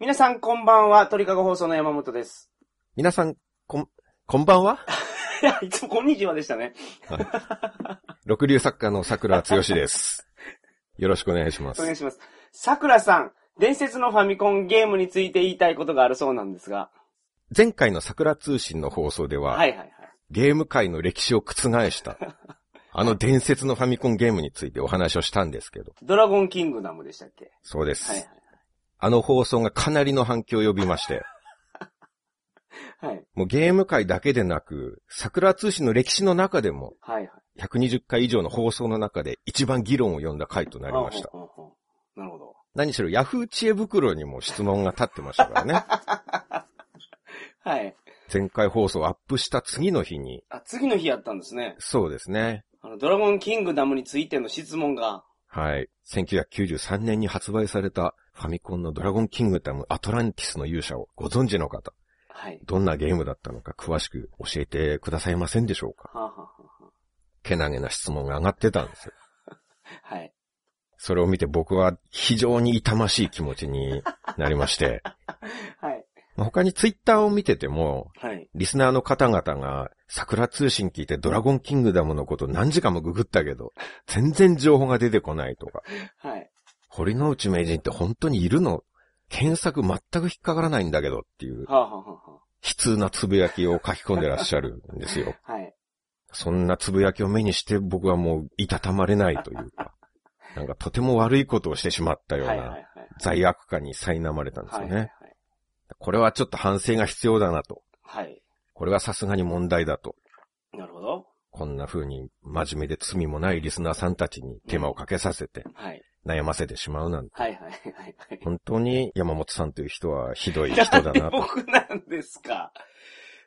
皆さんこんばんは、鳥かご放送の山本です。 皆さん、こん、こんばんはいや、いつもこんにちはでしたね。六流作家の桜剛 です。よろしくお願いしまお願いす。します。桜さん、伝説のファミコンゲームについて言いたいことがあるそうなんですが。前回の桜通信の放送では、はいはいはい。ゲーム界の歴史を覆した、 あの伝説のファミコンゲームについてお話をしたんですけど、ドラゴンキングダムでしたっけそうです。はいはいあの放送がかなりの反響を呼びまして、はい。もうゲーム界だけでなく、桜通信の歴史の中でも、はいはい。 120回以上の放送の中で一番議論を呼んだ回となりました。あ。ほんほんほんなるほど。何しろヤフー知恵袋にも質問が立ってましたからね。はい。前回放送をアップした次の日に、あ、次の日やったんですね。そうですね。あの、ドラゴンキングダムについての質問が。はい。1993年に発売されたファミコンのドラゴンキングダムアトランティスの勇者をご存知の方、はい。どんなゲームだったのか詳しく教えてくださいませんでしょうかはあ、はあはけなげな質問が上がってたんですよ。あ、はい。それを見て僕は非常に痛ましい気持ちになりまして、はい。まあ他にツイッターを見てても、はい。リスナーの方々が桜通信聞いてドラゴンキングダムのこと何時間もググったけど、全然情報が出てこないとか、はい。堀之内名人って本当にいるの検索全く引っかからないんだけどっていうはあ、はあはあは悲痛なつぶやきを書き込んでらっしゃるんですよ。あ、はい。そんなつぶやきを目にして僕はもういたたまれないというか、なんかとても悪いことをしてしまったようはいはいは。ない罪悪感に苛まれたんですはよいはいはいね。。これはちょっと反省が必要だなと。はい。これはさすがに問題だと。なるほど。こんな風に真面目で罪もないリスナーさんたちに手間をかけさせてはい。悩ませてしまうなんて。はいはいはいはい。本当に山本さんという人はひどい人なだなんでと。僕なんですか。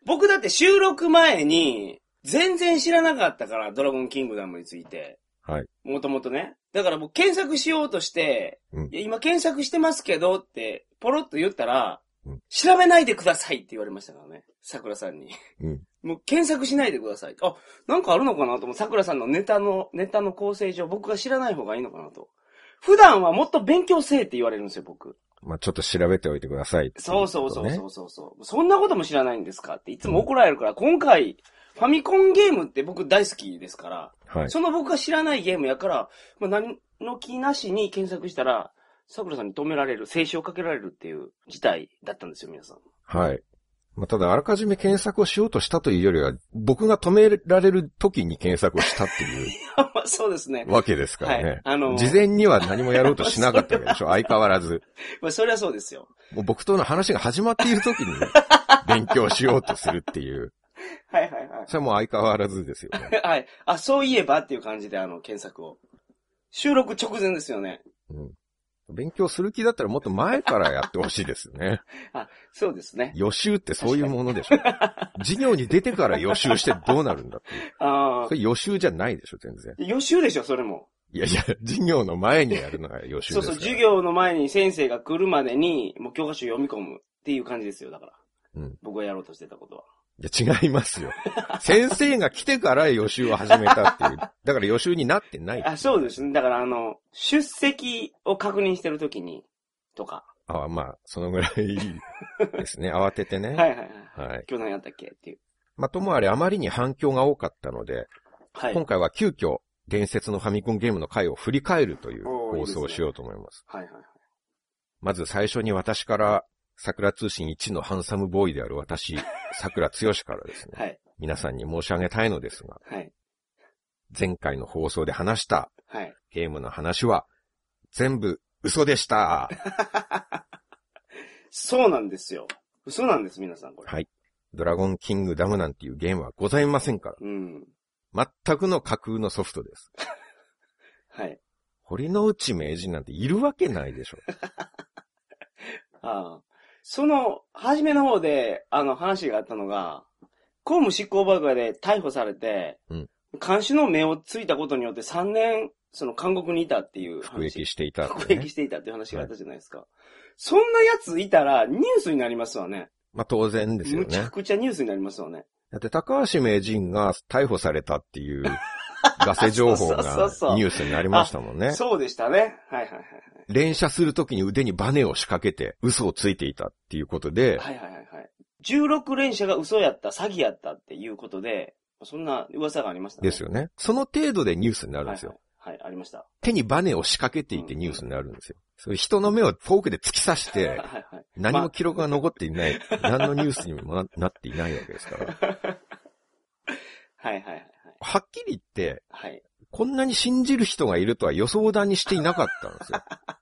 僕だって収録前に、全然知らなかったから、ドラゴンキングダムについて。はい。もともとね。だから僕検索しようとして、うんいや今検索してますけどって、ポロッと言ったら、うん調べないでくださいって言われましたからね。桜さんに。うん。もう検索しないでください。あ、なんかあるのかなと思う。桜さんのネタの、ネタの構成上、僕が知らない方がいいのかなと。普段はもっと勉強せえって言われるんですよ、僕。まあちょっと調べておいてくださいっていそうそうそううそこうそうそう、そんなことも知らないんですかっていつも怒られるから、今回、ファミコンゲームって僕大好きですから、とね。はい。その僕が知らないゲームやから、まあ、何の気なしに検索したら、桜さんに止められる、制止をかけられるっていう事態だったんですよ、皆さん。 はい。まあただあらかじめ検索をしようとしたというよりは、僕が止められる時に検索をしたっていまあそうですねう。わけですから ね。はいあのー事前には何もやろうとしなかったわけでしょ。相変わらず。まあそりゃそうですよ。もう僕との話が始まっている時に勉強しようとするっていう。はいはいはい。それはもう相変わらずですよね。はい。あ、そういえばっていう感じで、あの、検索を。収録直前ですよね。うん勉強する気だったらもっと前からやってほしいですよね。そうですね。予習ってそういうものでしょ。授業に出てから予習してどうなるんだっていう。あそれ予習じゃないでしょ、全然。あ。予習でしょ、それも。いやいや、授業の前にやるのが予習そでうすそう、から。授。業の前に先生が来るまでに、もう教科書読み込むっていう感じですよ、だから。うん僕がやろうとしてたことは。いや、違いますよ。 先生が来てから予習を始めたっていう。だから予習になってない。あ、そうですね。だから、あの、出席を確認してるときに、とか。あまあ、そのぐらいで すね。慌ててね。はいはいはい。はい。今日何やったっけっていう。まあ、ともあれ、あまりに反響が多かったので、はい。今回は急遽、伝説のファミコンゲームの回を振り返るというおーいいで放すね送をしようと思います。はいはいはい。まず最初に私から、桜通信1のハンサムボーイである私、桜剛からですね、はい。皆さんに申し上げたいのですが、はい。前回の放送で話したはい。ゲームの話は、全部嘘でした。そうなんですよ。嘘なんです、皆さん、これ。はい。ドラゴンキングダムなんていうゲームはございませんかうん。ら、全くの架空のソフトです。はい。堀之内名人なんているわけないでしょ。ああ。その、初めの方で、あの、話があったのが、公務執行妨害で逮捕されて、うん監視の目をついたことによって3年、その、監獄にいたっていう服役話。していたって服いうね、役していたっていう話があったじゃないですか。そんなやついたら、ニュースになりますわね。まあ当然ですよむちゃね。くちゃニュースになりますわね。 だって高橋名人が逮捕されたっていうガセ情報がそうそうそうニュースになりましたもんね。そうでしたね。はいはいはい。連射するときに腕にバネを仕掛けて嘘をついていたっていうことで、はいはいはいはい。16連射が嘘やった、詐欺やったっていうことで、そんな噂がありましたね。ですよね。その程度でニュースになるんですよ。はいはい。はい、ありました。手にバネを仕掛けていてニュースになるんですよ。それ人の目をフォークで突き刺しはい て、はいはい。何も記録が残っていない、何のニュースにもななっていないわけですから。はいはいはいはい。はっきり言って、はい。こんなに信じる人がいるとは予想だにしていなかったんですよ。だか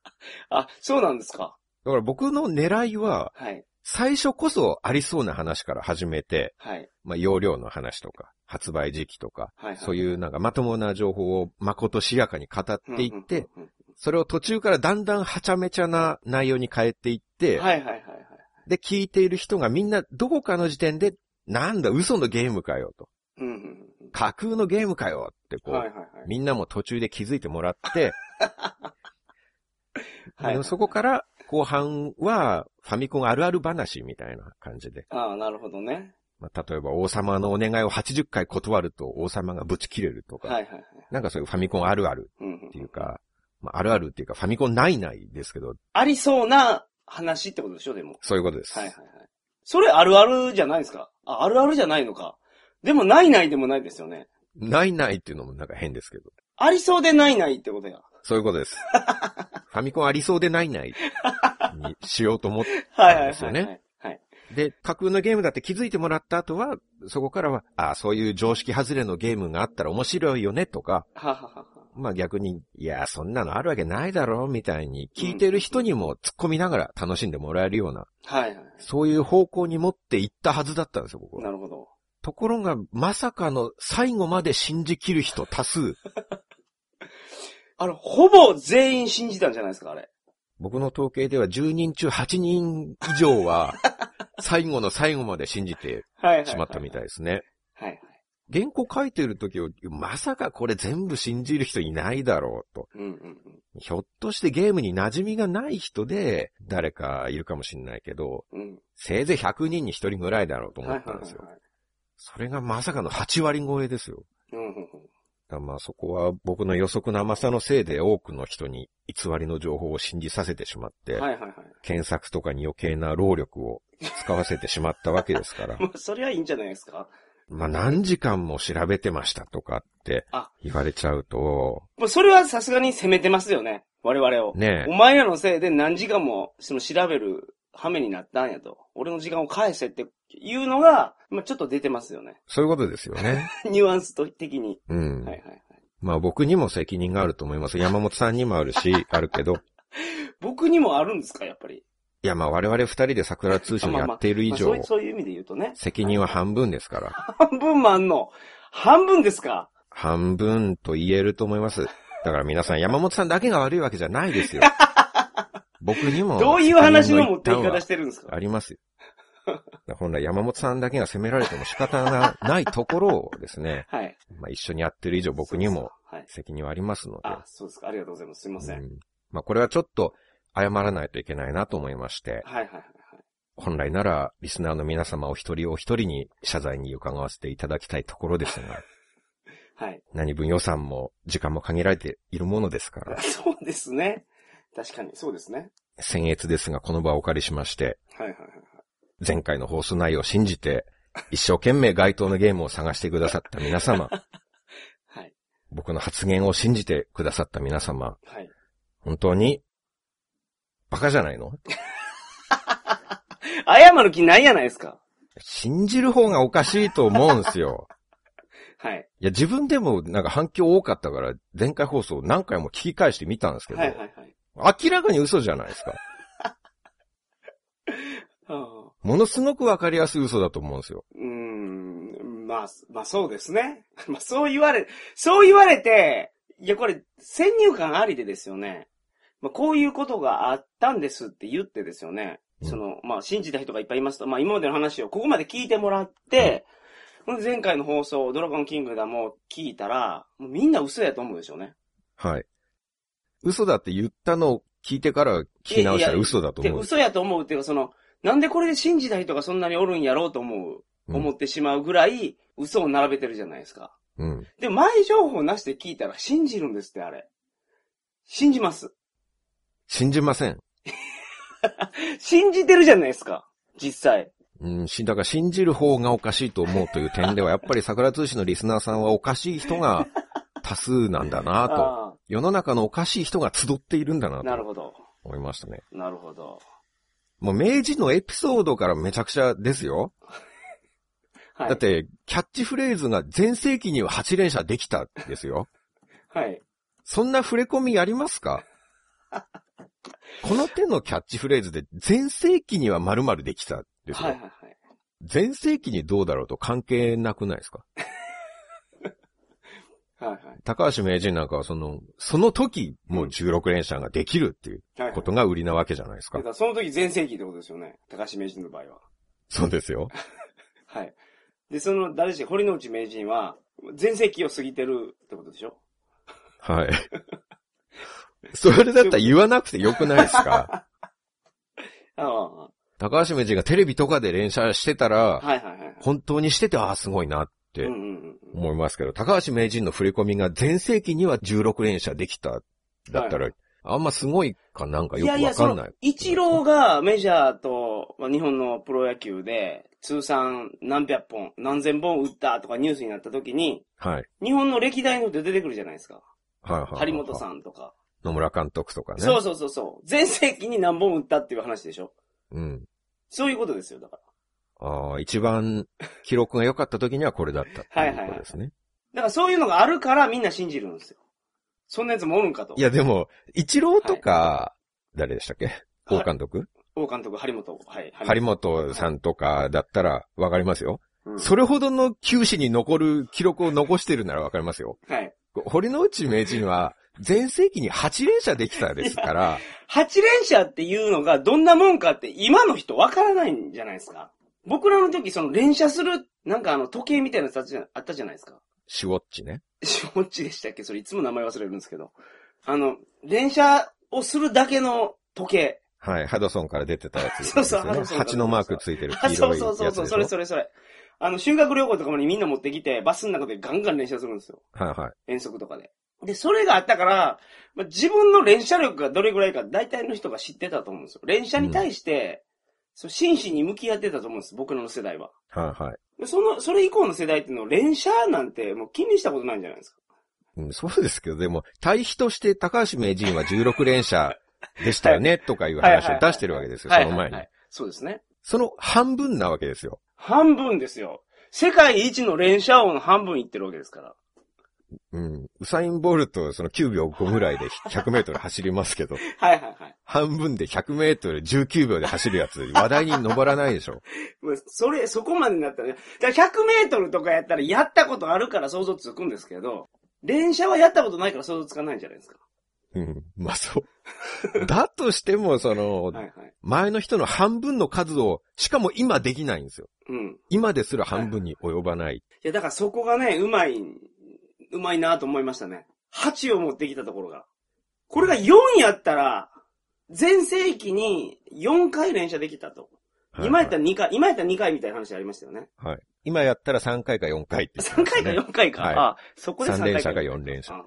あ、そうなんですか。ら僕の狙いは、はい。最初こそありそうな話から始めて、はい。まあ、容量の話とか、発売時期とか、はい、はい。そういうなんかまともな情報をまことしやかに語っていって、うんうんうんそれを途中からだんだんはちゃめちゃな内容に変えていって、うん。はいはいはいはい。で、聞いている人がみんなどこかの時点で、なんだ、嘘のゲームかよと。うんうんうん架空のゲームかよってこう、はいはいはい。みんなも途中で気づいてもらって、はいでもそこから後半はファミコンあるある話みたいな感じで。ああ、なるほどね。まあ、例えば王様のお願いを80回断ると王様がぶち切れるとか、はいはいはい。なんかそういうファミコンあるあるうんうんっていうか、まあ、あるあるっていうかファミコンないないですけど、ありそうな話ってことでしょ、でも。そういうことです。はいはいはい。それあるあるじゃないですかあ、あるあるじゃないのか。でもないないでもないですよね。ないないっていうのもなんか変ですけど、ありそうでないないってことや。そういうこ とです。ファミコンありそうでないないにしようと思っはいはいはい、はい。ですよねはい。で、架空のゲームだって気づいてもらった後は、そこからは、ああ、そういう常識外れのゲームがあったら面白いよねとか、はははは。まあ逆に、いや、そんなのあるわけないだろうみたいに、聞いてる人にも突っ込みながら楽しんでもらえるような、はいはい。そういう方向に持っていったはずだったんですよ、僕は。なるほど。ところが、まさかの最後まで信じきる人多数、あれ、ほぼ全員信じたんじゃないですか、あれ。僕の統計では10人中8人以上 は、最後の最後まで信じてはいはい、はい。しまったみたいい。ですね。はいはい。原稿書いてる時を、まさかこれ全部信じる人いないだろうと。うんうんひょっとしてゲームに馴染みがない人で、誰かいるかもしれないけど、うん。うん。せいぜい100人に1人ぐらいだろうと思はいっはたいんはですいよ。はい。それがまさかの8割超えですよ。うんうんうん。だからまあそこは僕の予測の甘さのせいで多くの人に偽りの情報を信じさせてしまって、はいはいはい。検索とかに余計な労力を使わせてしまったわけですから。 まあ、それはいいんじゃないですか。まあ何時間も調べてましたとかってあ言われちゃうと、まあ、それはさすがに責めてますよね。我々を。ねおえ、前らのせいで何時間もその調べる羽目になったんやと。俺の時間を返せっていうのが、まあ、ちょっと出てますよね。 そういうことですよね。ニュアンスと的に。うん。はいはいはい。まあ僕にも責任があると思います。山本さんにもある し、あるけど。僕にもあるんですか、やっぱり。いやまあ我々二人で桜通信やっている以上まあ、そうい、そういう意味で言うとね。責任は半分ですから。半分もあんの。半分ですか半分と言えると思います。だから皆さん、山本さんだけが悪いわけじゃないで すよ。僕にも。どういう話の持っていき責任の方一し端てるんですはかありますよ。本来山本さんだけが責められても仕方がないところをですね、はい。まあ一緒にやってる以上僕にもそうです責任はありますのでか。はい。あ、そうですか。ありがとうございます。すいません。うんまあこれはちょっと謝らないといけないなと思いまして、はいはいはいはい。本来ならリスナーの皆様お一人お一人に謝罪に伺わせていただきたいところで すが、はい。何分予算も時間も限られているものですか ら、そうですね。確かに、そうですね。僭越ですがこの場をお借りしまして、はいはいはいはい。前回の放送内容を信じて、一生懸命該当のゲームを探してくださった 皆様、はい。僕の発言を信じてくださった皆様、はい。本当に、バカじゃないの謝る気ないやないですか。信じる方がおかしいと思うんですよ。はい。いや、自分でもなんか反響多かったから、前回放送何回も聞き返してみたんですけど、はいはいはい。明らかに嘘じゃないですか。ああものすごくわかりやすい嘘だと思うんですよ。うーん、まあ、まあそうですね。 まあそう言われ、そう言われて、いやこれ、先入観ありでですよね。まあこういうことがあったんですって言ってですよね。うんその、まあ信じた人がいっぱいいますと、まあ今までの話をここまで聞いてもらって、ほんで前回の放送、ドラゴンキングダムを聞いたら、もうみんな嘘やと思うでしょうね。はい。嘘だって言ったのを聞いてから聞き直したら嘘だとで、思う。嘘やと思うっていうか、その、なんでこれで信じた人がそんなにおるんやろうと思う、うん思ってしまうぐらい、嘘を並べてるじゃないですか。うん。で、前情報なしで聞いたら信じるんですって、あれ。信じます。信じません。信じてるじゃないですか。実際。うん、し、だから信じる方がおかしいと思うという点 では、やっぱり桜通信のリスナーさんはおかしい人が 多数なんだなと。あ世の中のおかしい人が集っているんだなあ、なるとほど。思いましたね。なるほど。もう明治のエピソードからめちゃくちゃですよ。はい。だっ、て、キャッチフレーズが全盛期には8連射できたんで すよ。はい。そんな触れ込みやりま すかこの手のキャッチフレーズで全盛期には〇〇できたですはいはよい。はい。全盛期にどうだろうと関係なくないですかはいはい高橋名人なんかはその、その時、もう16連射ができるっていうはいはい。ことが売りなわけじゃないですかだか。らその時全盛期ってことですよね。高橋名人の場合は。そうですよ。はい。で、その、誰し、堀之内名人は、全盛期を過ぎてるってことでしょ はい。それだったら言わなくてよくないです かああ、は高橋名人がテレビとかで連射してたいら、はいはいはい。本当にしてて、ああ、すごいなってうんうんうん。思いますけど、高橋名人の振り込みが全盛期には16連射できた、だったら、あんますごいかなんかよくわかんない。一郎がメジャーと、まあ、日本のプロ野球で、通算何百本、何千本打ったとかニュースになった時に、はい。日本の歴代の人出てくるじゃないですか。はいはいはいはい。張本さんとか。野村監督とかね。そうそうそうそう。全盛期に何本打ったっていう話でしょうん。そういうことですよ、だから。ああ、一番記録が良かった時にはこれだったっていうことで すね。だからそういうのがあるからみんな信じるんですよ。そんなやつもおるんかと。い、や、でも、一郎とか、誰でしたっけはい王監督、王監督、張本。はい。張本さんとかだったらわかりますよ。うんそれほどの球史に残る記録を残してるならわかりますよ。はい。堀之内名人は、全盛期に8連射できたですから、 8連射っていうのがどんなもんかって今の人わからないんじゃないですか。僕らの時その連射する、なんかあの時計みたいなやつあったじゃないですか。 シュウォッチね。しょっちでしたっけそれいつも名前忘れるんですけど。あの、連射をするだけの時計。はい、ハドソンから出てたやつですそよ、うそうハドね。ソンから蜂のマークついてるあ、黄 そ色ういそうそやうつそう、でしそょれ。それそれ。あの、修学旅行とかにみんな持ってきて、バスの中でガンガン連射するんですよ。はいはい。遠足とかで。で、それがあったから、まあ、自分の連射力がどれぐらいか大体の人が知ってたと思うんですよ。連射に対して、そう真摯に向き合ってたと思うんです、僕らの世代は。はいはい。でその、それ以降の世代っていうのは連射なんてもう気にしたことないんじゃないですか。うん、そうですけど、でも、対比として高橋名人は16連射でしたよね、 とかいう話を出してるわけですよ、はいその前にはいは。いそうですね。その半分なわけですよ。半分ですよ。世界一の連射王の半分いってるわけですから。うん。ウサイン・ボルト、その9秒5ぐらいで100メートル走りますけど、 はいはいはい。半分で100メートル19秒で走るやつ、話題に上らないでしょ。まあそれ、そこまでになったら、だから100メートルとかやったらやったことあるから想像つくんですけど、連射はやったことないから想像つかないんじゃないですか。うん。まあ、そう。だとしても、そのは、いはい。前の人の半分の数を、しかも今できないんですよ。うん。今ですら半分に及ばない。いや、だからそこがね、うまい、うまいなと思いましたね。8を持ってきたところが。これが4やったら、全盛期に4回連射できたと。今やったら2回、今やったら2回みたいな話ありましたよね。今やったら3回か4回って、 3回か4回か。はいあ、そこで3回3連射か4連射。うん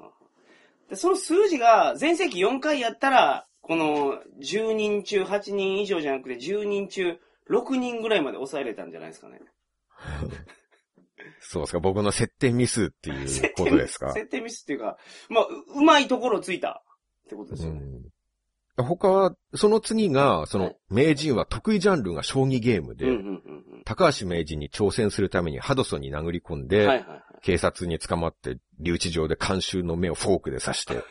でその数字が、全盛期4回やったら、この10人中8人以上じゃなくて10人中6人ぐらいまで抑えれたんじゃないですかね。そうですか、僕の設定ミスっ ていうことですか。設定ミスっていうか、まあ、ううまいところをついたってことですよね。うん、他は、その次が、そはのい、名人は得意ジャンルが将棋ゲームで、うんうんうん高橋名人に挑戦するためにハドソンに殴り込んうで、ん。はいはいはい。警察に捕まって、留置場で監修の目をフォークで刺 して、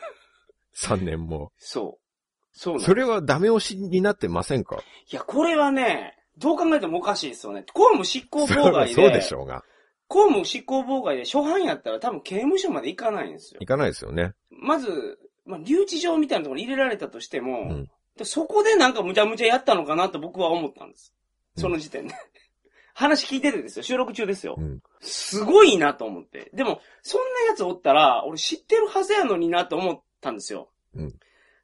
3年も。そう。そうなんそれはダメ押しになってませんかいや、これはね、どう考えてもおかしいですよね。公務執行妨害で、そうでしょうが。公務執行妨害で初犯やったら多分刑務所まで行かないんですよい。かないですよね。まず、まあ、留置場みたいなところに入れられたとしても、うんでそこでなんかむちゃむちゃやったのかなと僕は思ったんです。その時点で。 話聞いててですよ。収録中ですよ。うんすごいなと思って。でも、そんなやつおったら、俺知ってるはずやのになと思ったんですよ。うん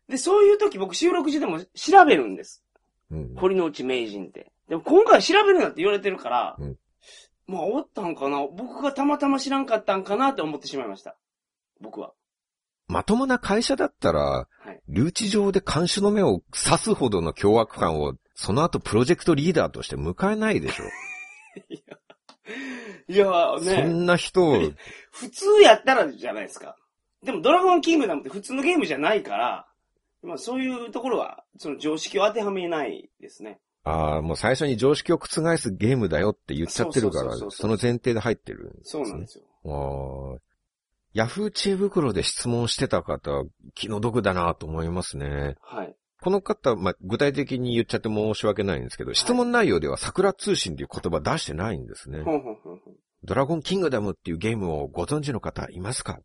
で、そういう時僕収録中でも調べるんです。うん。堀之内名人って。でも今回調べるなって言われてるから、うんまあ、おったんかな僕がたまたま知らんかったんかなって思ってしまいました。僕は。まともな会社だったらはい、留置場で監視の目を刺すほどの凶悪犯を、その後プロジェクトリーダーとして迎えないでしょ。いやーそ ね、んな 人を、普通やったらじゃないですか。でも、ドラゴンキングダムって普通のゲームじゃないから、まあ、そういうところは、その常識を当てはめないですね。ああ、もう最初に常識を覆すゲームだよって言っちゃってるかそうそら、うそうそうその前提で入ってるんですそうなんですよ。ああ。ヤフー知恵袋で質問してた方、気の毒だなと思いますね。はい。この方、まあ、具体的に言っちゃって申し訳ないんですけど、質問内容では桜通信っていう言葉出してないんですね。ほんほんほんほん。ドラゴンキングダムっていうゲームをご存知の方いますか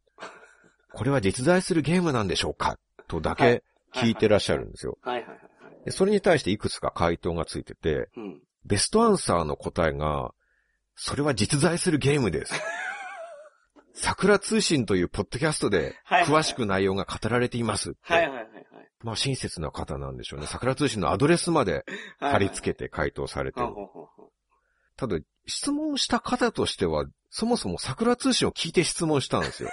これは実在するゲームなんでしょうかとだけ聞いてらっしゃるんですよ。はいはいはいはい。でそれに対していくつか回答がついてて、うん。ベストアンサーの答えが、それは実在するゲー ムです。桜通信というポッドキャストで、はいはいはい詳しく内容が語られていますって。はいはいはいはい。まあ親切な方なんでしょうね。桜通信のアドレスまで貼り付けけて回答されてほるん。ほんほんほん。ただ、質問した方としては、そもそも桜通信を聞いて質問したんですよ。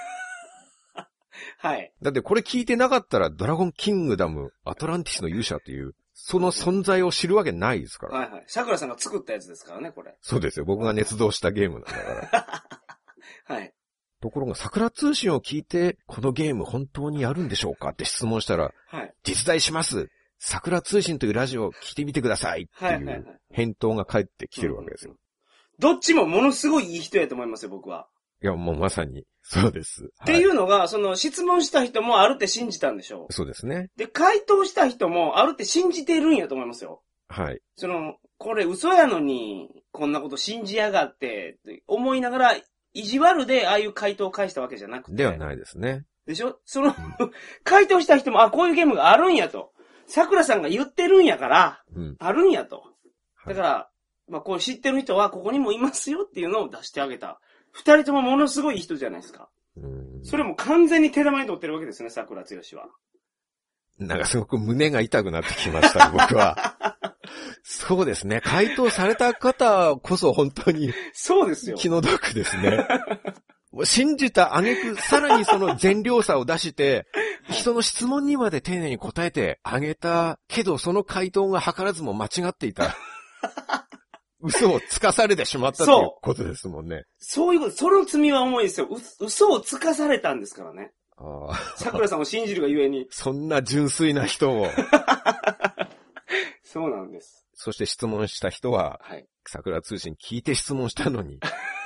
はい。だってこれ聞いてなかったら、ドラゴンキングダム、アトランティスの勇者という、その存在を知るわけないですから。はいはい。桜さんが作ったやつですからね、これ。そうですよ。僕が捏造したゲームなんだから。はい。ところが、桜通信を聞いて、このゲーム本当にやるんでしょうかって質問したら、はい。実在します桜通信というラジオを聞いてみてくださいってはいい。はいはいう返答が返ってきてるわけですよ。どっちもものすごいいい人やと思いますよ、僕は。いや、もうまさに、そうです。。っていううのが、その質問した人もあるって信じたんでしょそうですね。う。で、回答した人もあるって信じてるんやと思いますよ。はい。その、これ嘘やのに、こんなこと信じやがって、って思いながら、意地悪でああいう回答を返したわけじゃなくて。ではないですね。でしょその、 回答した人も、あ、こういうゲームがあるんやと。桜さんが言ってるんやから、うん。あるんやと。はだいから、まあ、こう知ってる人はここにもいますよっていうのを出してあげた。二人ともものすごいいい人じゃないですか。うんそれも完全に手玉に取ってるわけですよね、桜剛は。なんかすごく胸が痛くなってき ました、僕は。そうですね。回答された方こそ本当にそうですよ。気の毒ですね。もう信じた挙句、さらにその善良さを出して、はい人の質問にまで丁寧に答えてあげたけど、その回答が図らずも間違っていた。嘘をつかされてしまったというそうことですもんね。そういうこと、その罪は重いですよ。う嘘をつかされたんですからね。ああ桜さんを信じるがゆえに。そんな純粋な人を、そうなんです。そして質問した人は、はい。桜通信聞いて質問したのに、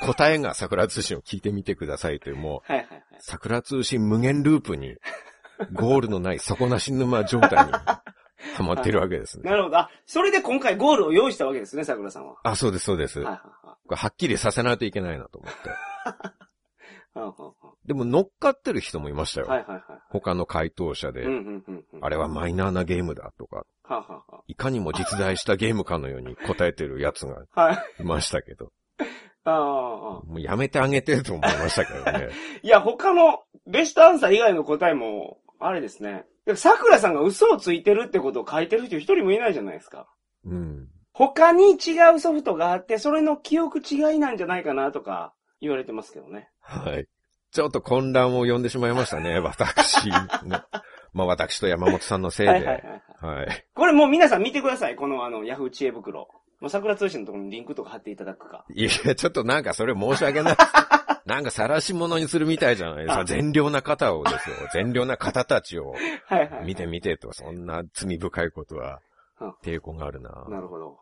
答えが桜通信を聞いてみてくださいという、もう、はいはいはい。桜通信無限ループに、ゴールのない底なし沼状態に、はまってるわけですね。なるほど。あ、それで今回ゴールを用意したわけですね、桜さんは。はあ、そうです、そうです。いはいこはれはっきりさせないといけないなと思って。い。うんうんうんでも乗っかってる人もいましたよ。はいはいは他の回答者で、い。うんうんうんうん。あれはマイナーなゲームだとか、はははいかにも実在したゲームかのように答えてるやつがは。はい。いましたけど、ああ。もうやめてあげてと思いましたけど ね。いや、他のベストアンサー以外の答えも、あれですね。でも桜さんが嘘をついてるってことを書いてる人一人もいないじゃないですか。うん。他に違うソフトがあって、それの記憶違いなんじゃないかなとか言われてますけどね。はい。ちょっと混乱を呼んでしまいました ね、私の。まあ私と山本さんのせいで。ははいはいはいい。はい。これもう皆さん見てください。このあの、ヤフー知恵袋。もう桜通信のところにリンクとか貼っていただくか。いや、ちょっとなんかそれ申し 訳ない。なんか晒し者にするみたいじゃないですか。あ善良な方を ですよ。善良な方たちをはいはい、はい。見て見てと、そんな罪深いことはうん抵抗があるな。なるほど。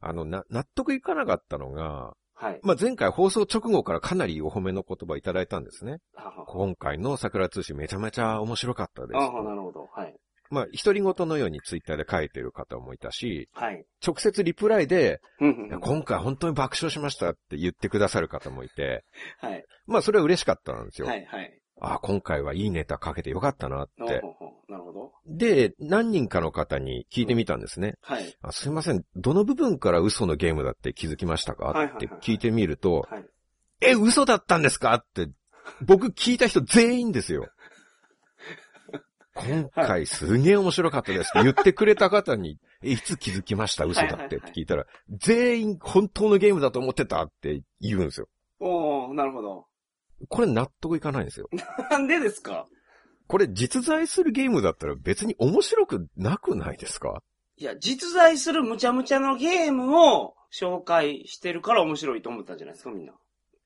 あの、な、納得いかなかったのが、はい。まあ、前回放送直後からかなりお褒めの言葉いただいたんですね。はは今回の桜通信めちゃめちゃ面白かったです。ああ、なるほど。はい。まあ、独り言のようにツイッターで書いてる方もいたし、はい。直接リプライで、うんうんいやうん今回本当に爆笑しましたって言ってくださる方もいて、はい。まあそれは嬉しかったんですよ。はい。はい。ああ、今回はいいネタかけてよかったなっおうて。ほうほうなるほど。で、何人かの方に聞いてみたんですね。はい。あすいません、どの部分から嘘のゲームだって気づきましたはいはいかはいって聞いてみると、はい。え、嘘だったんですかって、僕聞いた人全員ですよ。今回すげえ面白かったですって言ってくれた方に、えいつ気づきました嘘だってって聞いたら、全員本当のゲームだと思ってたって言うんですよ。おー、なるほど。 これ納得いかないんですよ。なんでですかこれ実在するゲームだったら別に面白くなくないですかいや、実在するむちゃむちゃのゲームを紹介してるから面白いと思ったんじゃないですか、みんな。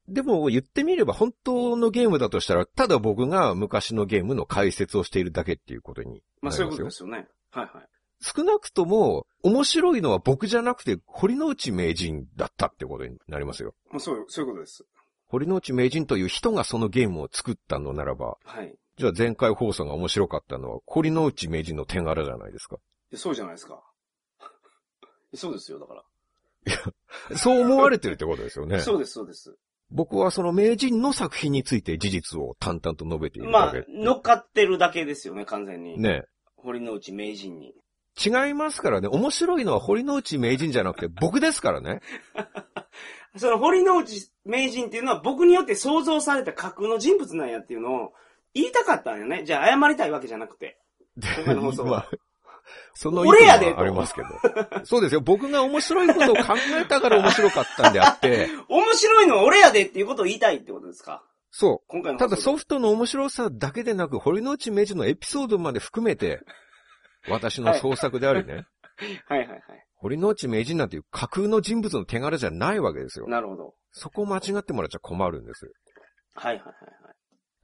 でも言ってみれば本当のゲームだとしたら、ただ僕が昔のゲームの解説をしているだけっていうことになりままあ、すそうよ。いうことですよね。はいはい。少なくとも、面白いのは僕じゃなくて、堀之内名人だったってことになりますよ。まあ、そう、そういうことです。堀之内名人という人がそのゲームを作ったのならば、はい。いじゃあ前回放送が面白かったのは、堀之内名人の手柄じゃないですか。やそうじゃないですか。 そうですよ、だから。そう思われてるってことですよ ね。そうです、そうです。僕はその名人の作品について事実を淡々と述べているまだあけ。、乗っかってるだけですよね、完全に。ね堀之内名人に。違いますからね、面白いのは堀之内名人じゃなくて僕ですからね。その堀之内名人っていうのは僕によって想像された架空の人物なんやっていうのを言いたかったんよね。じゃあ謝りたいわけじゃなくて。で今の放送はまあその意俺見やでとはありますけど。 そうですよ。僕が面白いことを考えたから面白かったんであって、面白いのは俺やでっていうことを言いたいってことですかそう。今回のただソう。フトの面白さだけでなく、堀之内明治のエピソードまで含めて、私の創作でありね、はいはいはい。堀之内明治なんていう架空の人物の手柄じゃないわけですよ。なるほど。そこ間違ってもらっちゃ困るんですよ。はいはい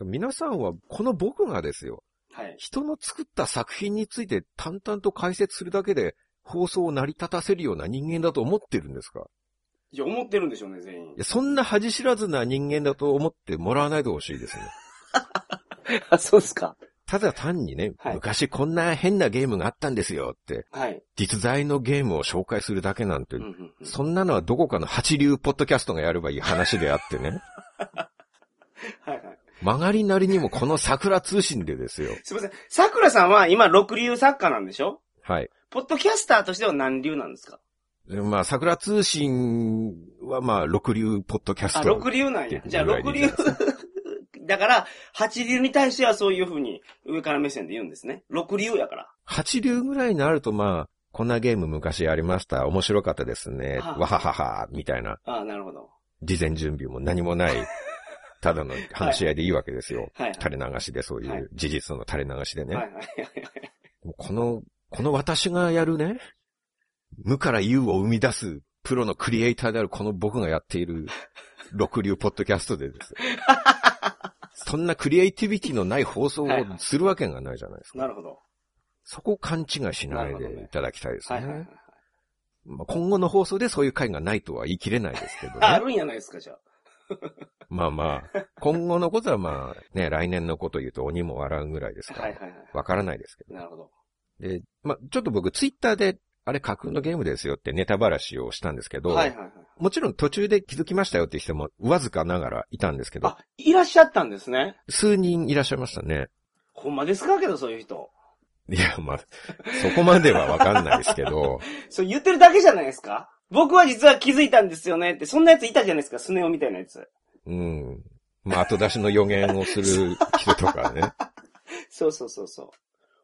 皆さんは、この僕がですよ、はいはい。はい。人の作った作品について淡々と解説するだけで、放送を成り立たせるような人間だと思ってるんですかいや、思ってるんでしょうね、全員いや、。そんな恥知らずな人間だと思ってもらわないでほしいですね。あ、そうですか。ただ単にね、はい昔こんな変なゲームがあったんですよって、はい。実在のゲームを紹介するだけなんて、うんうんうんそんなのはどこかの八流ポッドキャストがやればいい話であっ てね。はいはい。曲がりなりにもこの桜通信でですよ。すいません。桜さんは今、六流作家なんでしょはい。ポッドキャスターとしては何流なんですかでまあ、桜通信はまあ、六流ポッドキャスあ、ト六。流なんや。じゃあ、ぐらい六でいいん流じゃない。だから、八流に対してはそういうふうに上から目線で言うんですね。六流やから。八流ぐらいになるとまあ、こんなゲーム昔やりました。面白かったですね。はあわははは、みたいな。ああ、なるほど。事前準備も何 もない。ただの話し合いでいいわけですよ。はいはい。垂れ流しでそういはいう事実の垂れ流しでね。はいはいはいはい。もうこの、この私がやるね、無から有を生み出すプロのクリエイターであるこの僕がやっている六流ポッドキャスト でですよ。そんなクリエイティビティのない放送をはいはいするわけがないじゃないですか。なるほど。そこを勘違いしなないるほどでねいただきたいですはね。いはいはい。まあ、今後の放送でそういう回がないとは言い切れないですけ どああね。るんやないですか、じゃあ。まあまあ、今後のことはまあね、来年のこと言うと鬼も笑うぐらいですかはいらは、いはい。わからないですけどなるほど。で、まあ、ちょっと僕ツイッターで、あれ架空のゲームですよってネタばらしをしたんですけど、はいはいはい。もちろん途中で気づきましたよって人もわずかながらいたんですけどあ、、いらっしゃったんですね。数人いらっしゃいましたね。ほんまですかけど、そういう人。いや、まあ、そこまではわかんないですけど、 そう言ってるだけじゃないですか僕は実は気づいたんですよねって、そんなやついたじゃないですか、スネ夫みたいなやつ。うん。まあ、後出しの予言をする人とか ね。そうそうそうそう。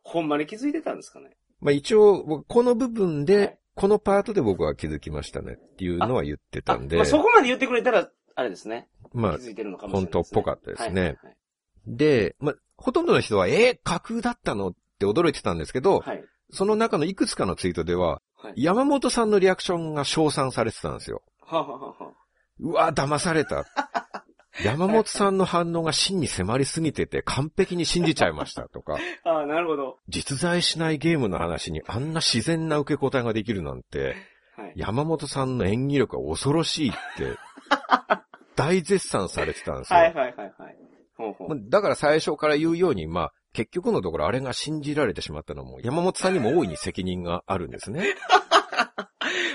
ほんまに気づいてたんですかねまあ、一応、僕この部分はいで、このパートで僕は気づきましたねっていうのは言ってたあ、んで、まあ、そこまで言ってくれたら、あれですね。まあ気、づいてるのかもしれないです、ね。本当っぽかったですねはいはいで、まあ、ほとんどの人は、えー、架空だったのって驚いてたんですけど、はい、はい。その中のいくつかのツイートでは、はい。山本さんのリアクションが称賛されてたんですよ。はあはあはあはあうわ、騙された。 山本さんの反応が真に迫りすぎてて完璧に信じちゃいました とか、ああ、なるほど。実在しないゲームの話にあんな自然な受け答えができるなんて、はい。山本さんの演技力が恐ろし いって、大絶賛されてたんですよ。はいはいはいはい。ほうほまあう。だから最初から言うように、まあ、結局のところあれが信じられてしまったのも、山本さんにも大いに責任があるんですね。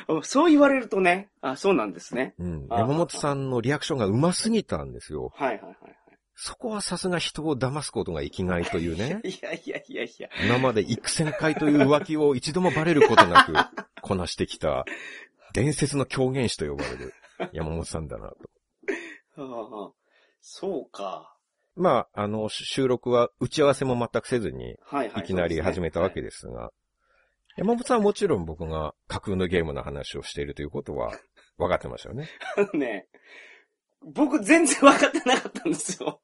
あそう言われるとね、あ、そうなんですね。うん。 あー山本さんのリアクションが上手すぎたんですよ。はいはいはいはい。。そこはさすが人を騙すことが生きがいというね いやいやいやいや。今まで幾千回という浮気を一度もバレることなく こなしてきた伝説の狂言師と呼ばれる山本さんだなと。はあはあそうか。まあ、あの、収録は打ち合わせも全くせずに、はいはい。いきなり始めたわけでですが、山本さんはもちろん僕が架空のゲームの話をしているというこ とは分かってましたよね。すね。あのね、僕全然分かってなかったんですよ。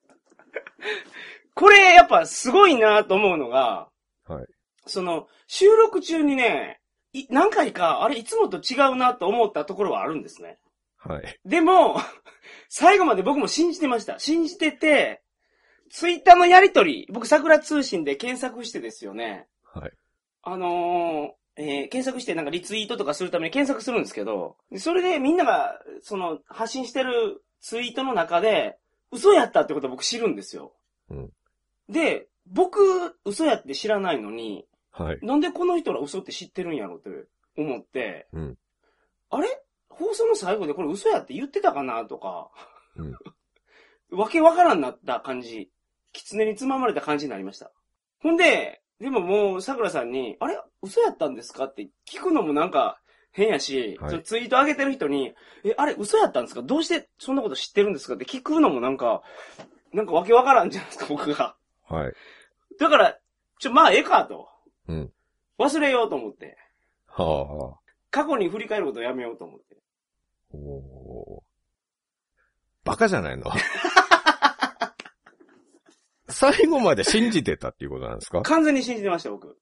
これやっぱすごいなと思うのが、はい。その、収録中にね、い何回か、あれいつもと違うなと思ったところはあるんですね。はい。でも、 最後まで僕も信じてました。信じてて、ツイッターのやりとり、僕桜通信で検索してですよね。はい。あのーえー検索してなんかリツイートとかするために検索するんですけど、でそれでみんなが、その、発信してるツイートの中で、嘘やったってことを僕知るんですよ。うんで、僕、嘘やって知らないのに、はい。なんでこの人ら嘘って知ってるんやろって思って、うんあれ放送の最後でこれ嘘やって言ってたかなとか、 わけわからんなった感じ、狐につままれた感じになりました。ほんで、でももう桜さんに、あれ嘘やったんですかって聞くのもなんか変やし、はいそのツイート上げてる人に、え、あれ嘘やったんですかどうしてそんなこと知ってるんですかって聞くのもなんか、なんかわけわからんじゃないですか、僕が。はい。だから、ちょ、まあ、ええかと。うん忘れようと思って。はあ。お過去に振り返ることをやめようと思って。ーバカじ ゃないの最後まで信じてたっていうことなんですか完全に信じてました、僕。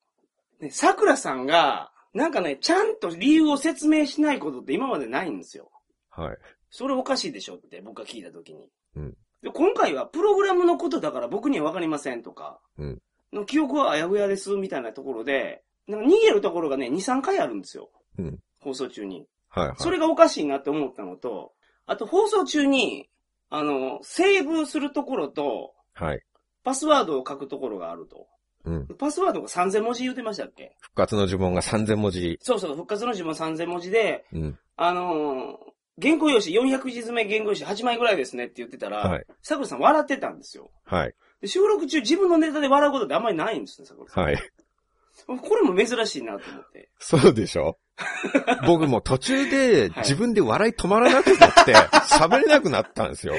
ね、桜さんが、なんかね、ちゃんと理由を説明しないことって今までないんですよ。はい。それおかしいでしょって僕が聞いたときに。うんで今回はプログラムのことだから僕にはわかりませんとか、うんの記憶はあやふやですみたいなところで、なんか逃げるところがね、2、3回あるんですよ。うん放送中に。はい、はい。それがおかしいなって思ったのと、あと放送中に、あの、セーブするところと、はい。パスワードを書くところがあると。うん。パスワードが3000文字言うてましたっけ復活の呪文が3000文字。そうそう、復活の呪文3000文字で、うん。あのー原稿用紙400字詰め原稿用紙8枚ぐらいですねって言ってたら、はい。桜さん笑ってたんですよ。はい。で収録中自分のネタで笑うことってあんまりないんですね、桜さん。はい。これも珍しいなと思って。そうでしょ僕も途中で自分で笑い止まらなくなって、喋れなくなったんですよ。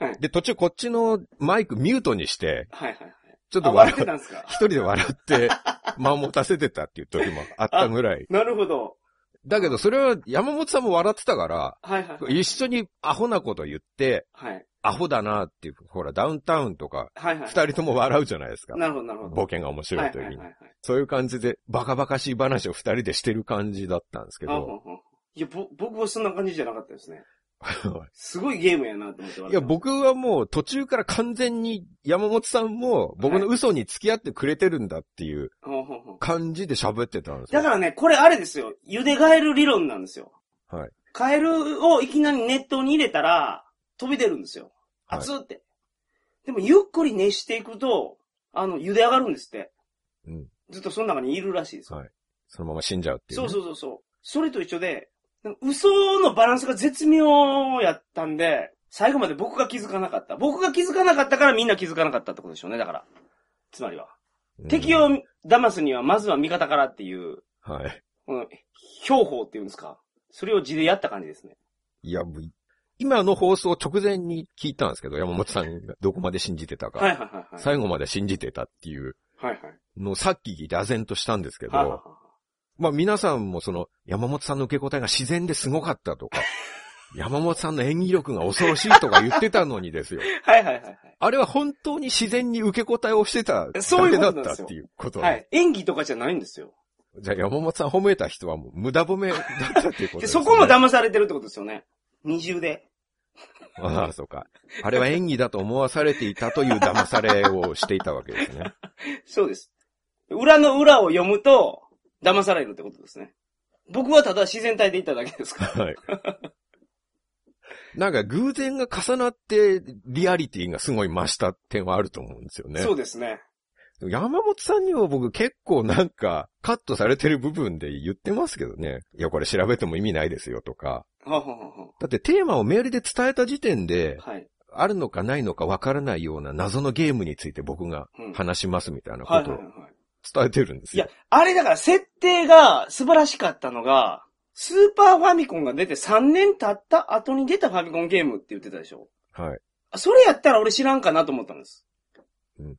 はいで、途中こっちのマイクミュートにして、はいはいはい。ちょっあ笑と笑ってう、たんですか一人で笑 って、間を持たせてたっていう時もあったぐらい。なるほど。だけど、それは山本さんも笑ってたから、はいはいはい。一緒にアホなこと言って、はいアホだなっていう、ほら、ダウンタウンとか、はいはい。二人とも笑うじゃないですか。なるほどなるほど。冒険が面白いという意は味にいはいはいはいそういう感じで、バカバカしい話を二人でしてる感じだったんですけあほど、んほんいや、ぼ、僕はそんな感じじゃなかったですね。すごいゲームやなと思って笑 いってまや、し僕はもう途中から完全に山本さんも僕の嘘に付き合ってくれてるんだっていうた。ほんほんほん感じで喋ってたんですよ。だからね、これあれですよ。茹でガエル理論なんですよ。はい。カエルをいきなり熱湯に入れたら、飛び出るんですよ。はい熱って。でも、ゆっくり熱していくと、あの、茹で上がるんですって。うん。ずっとその中にいるらしいですよ。はいそのまま死んじゃうっていう、そうね。そうそうそう。それと一緒で、なんか嘘のバランスが絶妙やったんで、最後まで僕が気づかなかった。僕が気づかなかったからみんな気づかなかったってことでしょうね、だから。つまりは。うん敵を騙すには、まずは味方からっていう、はい。この、標法っていうんですか。それを字でやった感じですね。いや、もう今の放送直前に聞いたんですけど、山本さんがどこまで信じてたか。はいはいはいはい。最後まで信じてたっていうはいはい。のをさっき聞いて唖然としたんですけど、はいはいはまあ皆さんもその山本さんの受け答えが自然ですごかったとか、 山本さんの演技力が恐ろしいとか言ってたのにですよ。いはいはいはいはい。あれは本当に自然に受け答えをしてただそういけうこだとっなんですたよっていうことはなんでい。演技とかじゃないんですよ。すじゃあ山本さん褒めた人はもう無駄褒めだったっていうこで、とです、ね。そこも騙されてるってことですよね。二重で。 ああ、そうか。あれは演技だと思わされていたという騙されをしていたわけで すね。そうです。裏の裏を読むと、騙されるってことですね。僕はただ自然体でいただけですから。はい。なんか偶然が重なってリアリティがすごい増した点はあると思うんですよね。そうですね。山本さんにも僕結構なんかカットされてる部分で言ってますけどね。いや、これ調べても意味ないですよとか。はははだってテーマをメールで伝えた時点で、は。はい。あるのかないのかわからないような謎のゲームについて僕がうん話しますみたいなはこいはいとはをいはい。伝えてるんですいやよ。、あれだから設定が素晴らしかったのが、スーパーファミコンが出て3年経った後に出たファミコンゲームって言ってたでしょはい。それやったら俺知らんかなと思ったんです。うん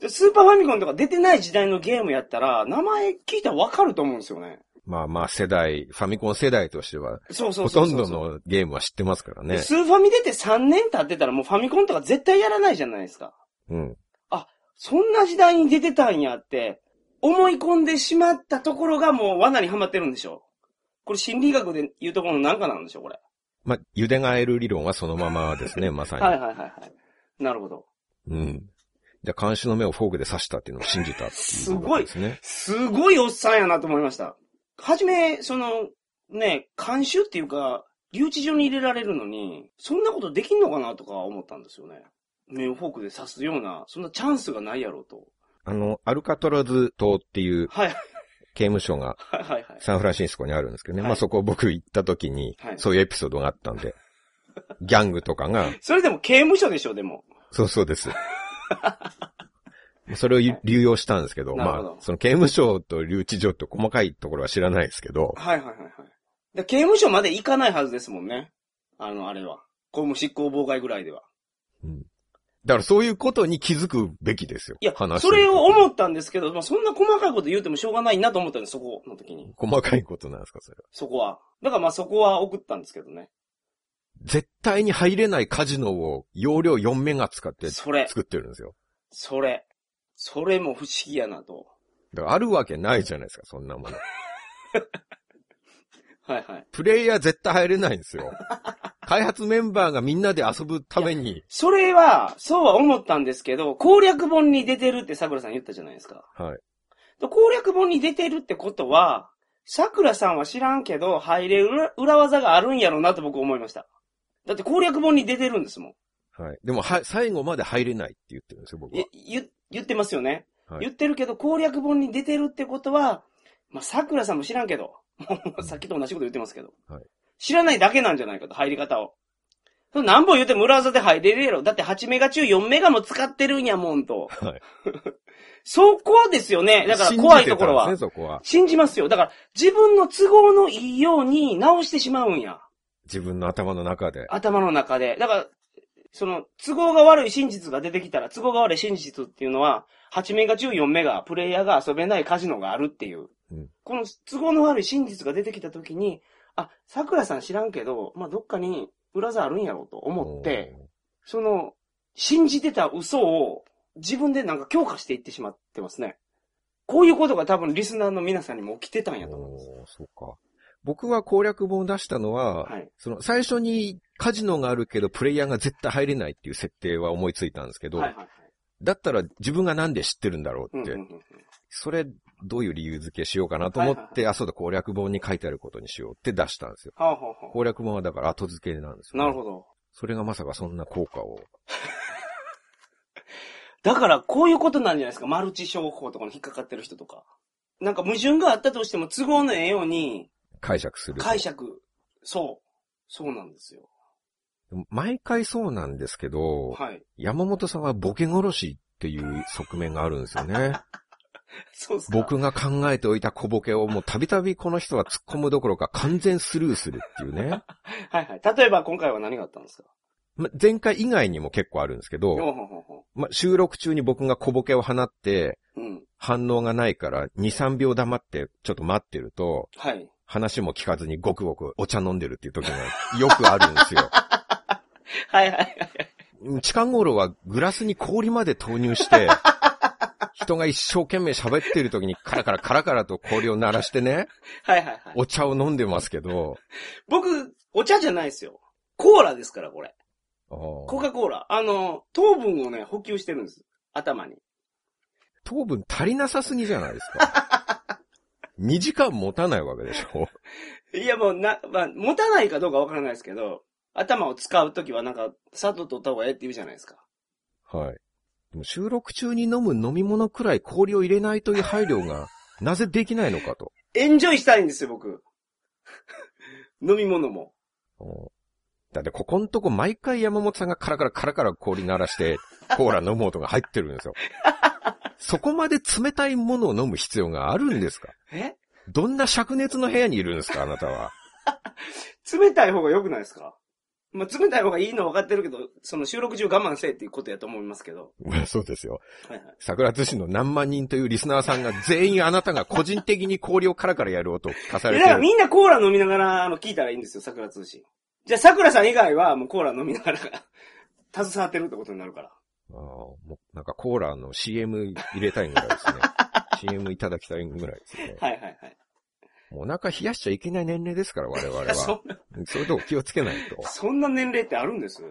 で スーパーファミコンとか出てない時代のゲームやったら、名前聞いたらわかると思うんですよね。まあまあ世代、ファミコン世代としては、そうそほうそとうんそうどのゲームは知ってますからね。スーファミ出て3年経ってたらもうファミコンとか絶対やらないじゃないですか。うん。そんな時代に出てたんやって、思い込んでしまったところがもう罠にはまってるんでしょこれ心理学で言うところのなんかなんでしょこれ。まあ、茹でがえる理論はそのままです ね、まさに。はいはいはいはい。なるほど。うん。じゃあ、監視の目をフォークで刺したっていうのを信じたっていう、すごいですね。すごいおっさんやなと思いました。はじめ、その、ね、監修っていうか、留置所に入れられるのに、そんなことできんのかなとか思ったんですよね。目をフォークで刺すような、そんなチャンスがないやろうと。あの、アルカトラズ島っていうはい、刑務所がはい、はい、はい。サンフランシスコにあるんですけどね。はいまあそこ僕行った時には、いそういうエピソードがあったんで、ギャングとかが、それでも刑務所でしょ、でも。そう そうです。それをゆ流用したんですけど、なるほどまあ、その刑務所と留置所と細かいところは知らないですけど、はい、はい、はい、はい。で刑務所まで行かないはずですもんね。あの、あれは。公務執行妨害ぐらいでは。だからそういうことに気づくべきですよ。いや話、してそるれを思ったんですけど、まあ、そんな細かいこと言うてもしょうがないなと思ったんです、そこの時に。細かいことなんですか、それは。そこは。だからまあそこは送ったんですけどね。絶対に入れないカジノを容量4メガ使ってそれ、作ってるんですよ。それ、それも不思議やなと。だからあるわけないじゃないですか、そんなもの。はいはい。プレイヤー絶対入れないん ですよ。開発メンバーがみんなで遊ぶために、それは、そうは思ったんですけど、攻略本に出てるって桜さん言ったじゃないですか。はい。で攻略本に出てるってことは、桜さんは知らんけど、入れる裏技があるんやろうなと僕思いました。だって攻略本に出てるんですもん。はい。でも、は、最後まで入れないって言ってるんですよ、僕はえ。言言ってますよね、はい言ってるけど、攻略本に出てるってことは、まあ、桜さんも知らんけど、もうさっきと同じこと言ってますけど、はい知らないだけなんじゃないかと、入り方を。それ何本言っても裏技で入れるやろ。だって8メガ中4メガも使ってるんやもんと。はい。 そこですよね。だから怖いところは。信じてたんですね、そこは。信じますよ。だから自分の都合のいいように直してしまうんや。自分の頭の中で。頭の中で。だから、その、都合が悪い真実が出てきたら、都合が悪い真実っていうのは、8メガ14メガ、プレイヤーが遊べないカジノがあるっていう。うんこの都合の悪い真実が出てきたときに、あ、桜さん知らんけど、まあ、どっかに裏ざあるんやろうと思って、その、信じてた嘘を自分でなんか強化していってしまってますね。こういうことが多分リスナーの皆さんにも起きてたおんー、やと思います。おーそうか。僕は攻略本を出したのは、はい。その、最初にカジノがあるけど、プレイヤーが絶対入れないっていう設定は思いついたんですけど、はいはいはい。だったら自分がなんで知ってるんだろううんっうんて、うんそれ、どういう理由付けしようかなと思って、はいはいあ、そうだ、攻略本に書いてあることにしようって出したんですよ。はあはあは攻略本はだから後付けなんですあ。よ、なるほど。ど。それがまさかそんな効果を。だから、こういうことなんじゃないですか。マルチ商法とかに引っかかってる人とか。なんか矛盾があったとしても都合のええように解釈すると。解釈。そう。そうなんですよ。毎回そうなんですけど、はい。山本さんはボケ殺しっていう側面があるんですよね。そうですか。僕が考えておいた小ボケをもうたびたびこの人は突っ込むどころか完全スルーするっていうね。はいはい。例えば今回は何があったんですかま前回以外にも結構あるんですけほうど、ほうほうほま収録中に僕が小ボケを放ってう。うん。反応がないから2、3秒黙ってちょっと待ってると、 はい。話も聞かずにごくごくお茶飲んでるっていう時がよくあるんですよ。はいはいはい。近頃はグラスに氷まで投入して、人が一生懸命喋ってる時にカラカラカラカラと氷を鳴らしてね、はいはいはい。お茶を飲んでますけど、僕、お茶じゃないですよ。コーラですから、これ。あコーカ・コーラ。あの、糖分をね、補給してるんです。頭に。糖分足りなさすぎじゃないですか。2時間持たないわけでしょ。いやもうな、まあ、持たないかどうかわからないですけど、頭を使うときはなんか、砂糖取った方がええって言うじゃないですか。はい。でも収録中に飲む飲み物くらい氷を入れないという配慮が、なぜできないのかと。エンジョイしたいんですよ、僕。 飲み物も。うんだってここんとこ毎回山本さんがカラカラカラカラ氷鳴らして、コーラ飲もうとか入ってるんですよ。そこまで冷たいものを飲む必要があるんですかえどんな灼熱の部屋にいるんですかあなたは。冷たい方が良くないですかまあ、冷たい方がいいのは分かってるけど、その収録中我慢せえっていうことやと思いますけど。まあそうですよ。はいはい。桜津市の何万人というリスナーさんが全員あなたが個人的に氷をカラカラやる音を課さいれやだからて、みんなコーラ飲みながら、あの、聞いたらいいんですよ、桜通信。じゃあ、桜さん以外は、もうコーラ飲みながら、 携わってるってことになるから。あーもうなんかコーラの CM 入れたいぐらい ですね。CM いただきたいぐらいですね。はいはいはい。もうお腹冷やしちゃいけない年齢で すから、我々いやは。そんな、そういうとこ気をつけないと。そんな年齢ってあるんです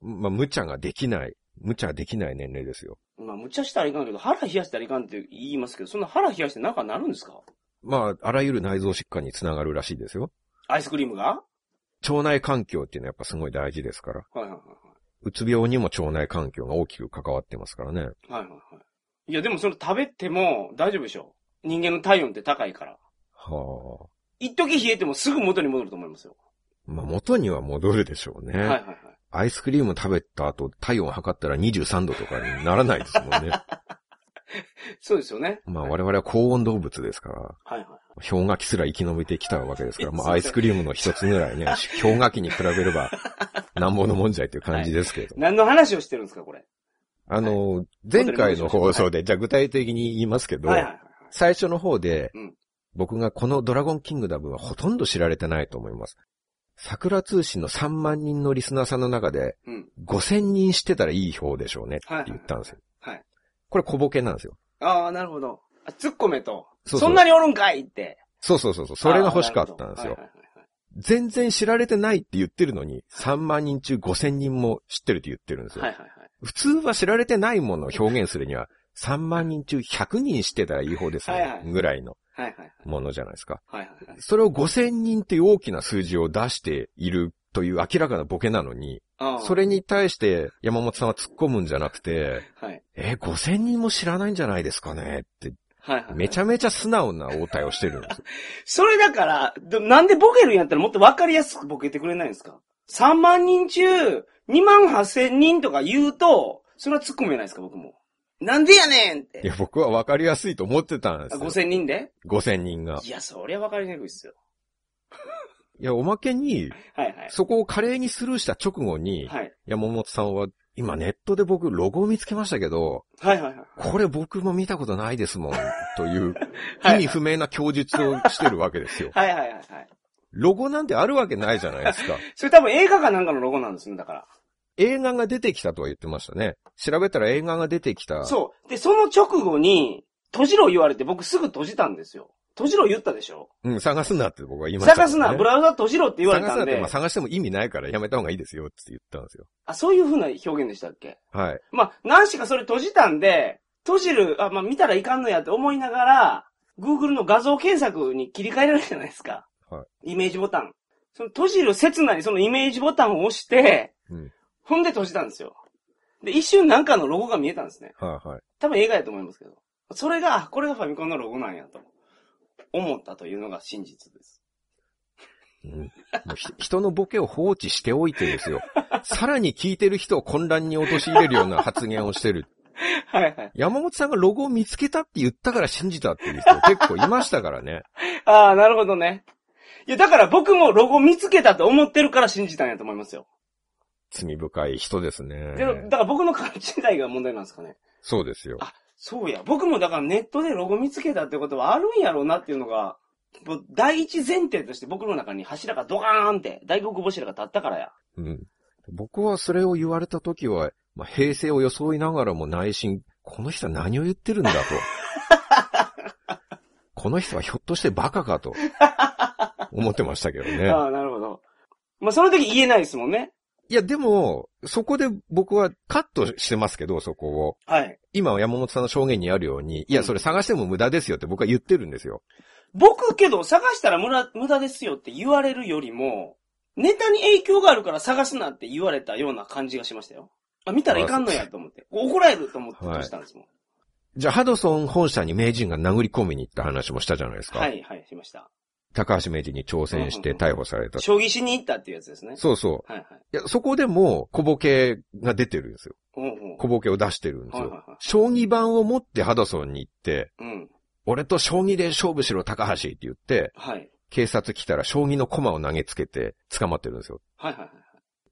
まあ、無茶ができない。無茶できない年齢ですよ。まあ、無茶したらいかんけど、腹冷やしたらいかんって言いますけど、そんな腹冷やしてなんかなるんですかまあ、あらゆる内臓疾患につながるらしいですよ。アイスクリームが腸内環境っていうのはやっぱすごい大事ですから。はいはいはうつ病にも腸内環境が大きく関わってますからね。い。はいはいはい。いや、でもその食べても大丈夫でしょ。人間の体温って高いから。はあ。一時冷えてもすぐ元に戻ると思いますよ。まあ、元には戻るでしょうね。はいはいはい。アイスクリーム食べた後、体温測ったら23度とかにならないですもんね。そうですよね。まあ、我々は高温動物ですから、はいはい。氷河期すら生き延びてきたわけですから、まあ、アイスクリームの一つぐらいね、 氷河期に比べれば、なんぼのもんじゃいっていう感じですけれども。何の話をしてるんですか、これ。あの、前回の放送で、じゃあ具体的に言いますけど、はいはいはい。最初の方でうん、僕がこのドラゴンキングダムはほとんど知られてないと思います。桜通信の3万人のリスナーさんの中で、うん。 5000人知ってたらいい方でしょうねって言ったんですよ。はいはいはいこれ小ボケなんですよ。ああ、なるほど。あ、突っ込めと。そうそんなにおるんかいって。そうそうそうそう。それが欲しかったんですよあー。なるほどはいはいはい全然知られてないって言ってるのに、3万人中5000人も知ってるって言ってるんですよ。はいはいはい。普通は知られてないものを表現するには、3万人中100人知ってたらいい方ですはいはね。いぐらいのはいはいはい。ものじゃないですか。はいはいはい。それを5000人っていう大きな数字を出しているという明らかなボケなのに、ああ。そ。れに対して山本さんは突っ込むんじゃなくて、はい。え、5000人も知らないんじゃないですかねって、はいはいはい。めちゃ。ゃめちゃ素直な応対をしてるんですよ。それだから、でなんでボケるんやったらもっとわかりやすくボケてくれないんですか ?3 万人中、2万8千人とか言うと、それは突っ込めないですか、僕も。なんでやねんっいて。や、僕は分かりやすいと思ってたんであす5よ。千人で5000人が。いや、そりゃわかりにくいっすよ。いや、おまけに、はいはい。そこを華麗にスルーした直後に、はい。山本さんは、今ネットで僕ロゴを見つけましたけど、はいはいはい。これ僕も見たことないですもん、という はい意味不明な供述をしてるわけですよ。はいはいはいはい。ロゴなんてあるわけないじゃないですか。それ多分映画かなんかのロゴなんですね、だから。映画が出てきたとは言ってましたね。調べたら映画が出てきた。そう。で、その直後に、閉じろ言われて僕すぐ閉じたんですよ。閉じろ言ったでしょ、う。ん、探すなって僕は言いました、探すな、ブラウザ閉じろって言われ探たすなんって、でまあ、、探しても意味ないからやめた方がいいですよって言ったんですよ。あ、そういう風な表現でしたっけはい。まあ、何しかそれ閉じたんで、閉じる、あ、まあ見たらいかんのやって思いながら、Google の画像検索に切り替えられるじゃないですか。はイメージボタン。その閉じる刹那にそのイメージボタンを押して、うん。ほんで閉じたんですよ。で、一瞬なんかのロゴが見えたんですね。はいはい。多分映画やと思いますけど。それが、あこれがファミコンのロゴなんやと。思ったというのが真実です。うん、もうひ人のボケを放置しておいてですよ。さらに聞いてる人を混乱に陥れるような発言をしてる。はいはい。山本さんがロゴを見つけたって言ったから信じたっていう人結構いましたからね。ああ、なるほどね。いや、だから僕もロゴ見つけたと思ってるから信じたんやと思いますよ。罪深い人ですねで。だから僕の勘違いが問題なんですかね。そうですよ。そうや。僕もだからネットでロゴ見つけたってことはあるんやろうなっていうのが、もう第一前提として僕の中に柱がドカーンって、大黒柱が立ったからや。うん。僕はそれを言われた時は、まあ、平成を装いながらも内心、この人は何を言ってるんだと。この人はひょっとしてバカかと思ってましたけどね。ああ、なるほど。まあ、その時言えないですもんね。いや、でも、そこで僕はカットしてますけど、そこを。はい。今は山本さんの証言にあるように、いや、それ探しても無駄ですよって僕は言ってるんですよ。僕けど探したら無駄無駄ですよって言われるよりも、ネタに影響があるから探すなって言われたような感じがしましたよ。あ、見たらいかんのやと思って。怒られると思ってどうしたんですもん。じゃあ、ハドソン本社に名人が殴り込みに行った話もしたじゃないですか。はい、はい、しました。高橋名人に挑戦して逮捕された。将棋しに行ったっていうやつですね。そうそう。はい、はい。いや、そこでも小ボケが出てるんですよ。おうおう小ボケを出してるんですはい、よ。はい、はい。将棋盤を持ってハドソンに行って、うん。俺と将棋で勝負しろ高橋って言って、はい。警察来たら将棋の駒を投げつけて捕まってるんですよ。はい、はい、はい。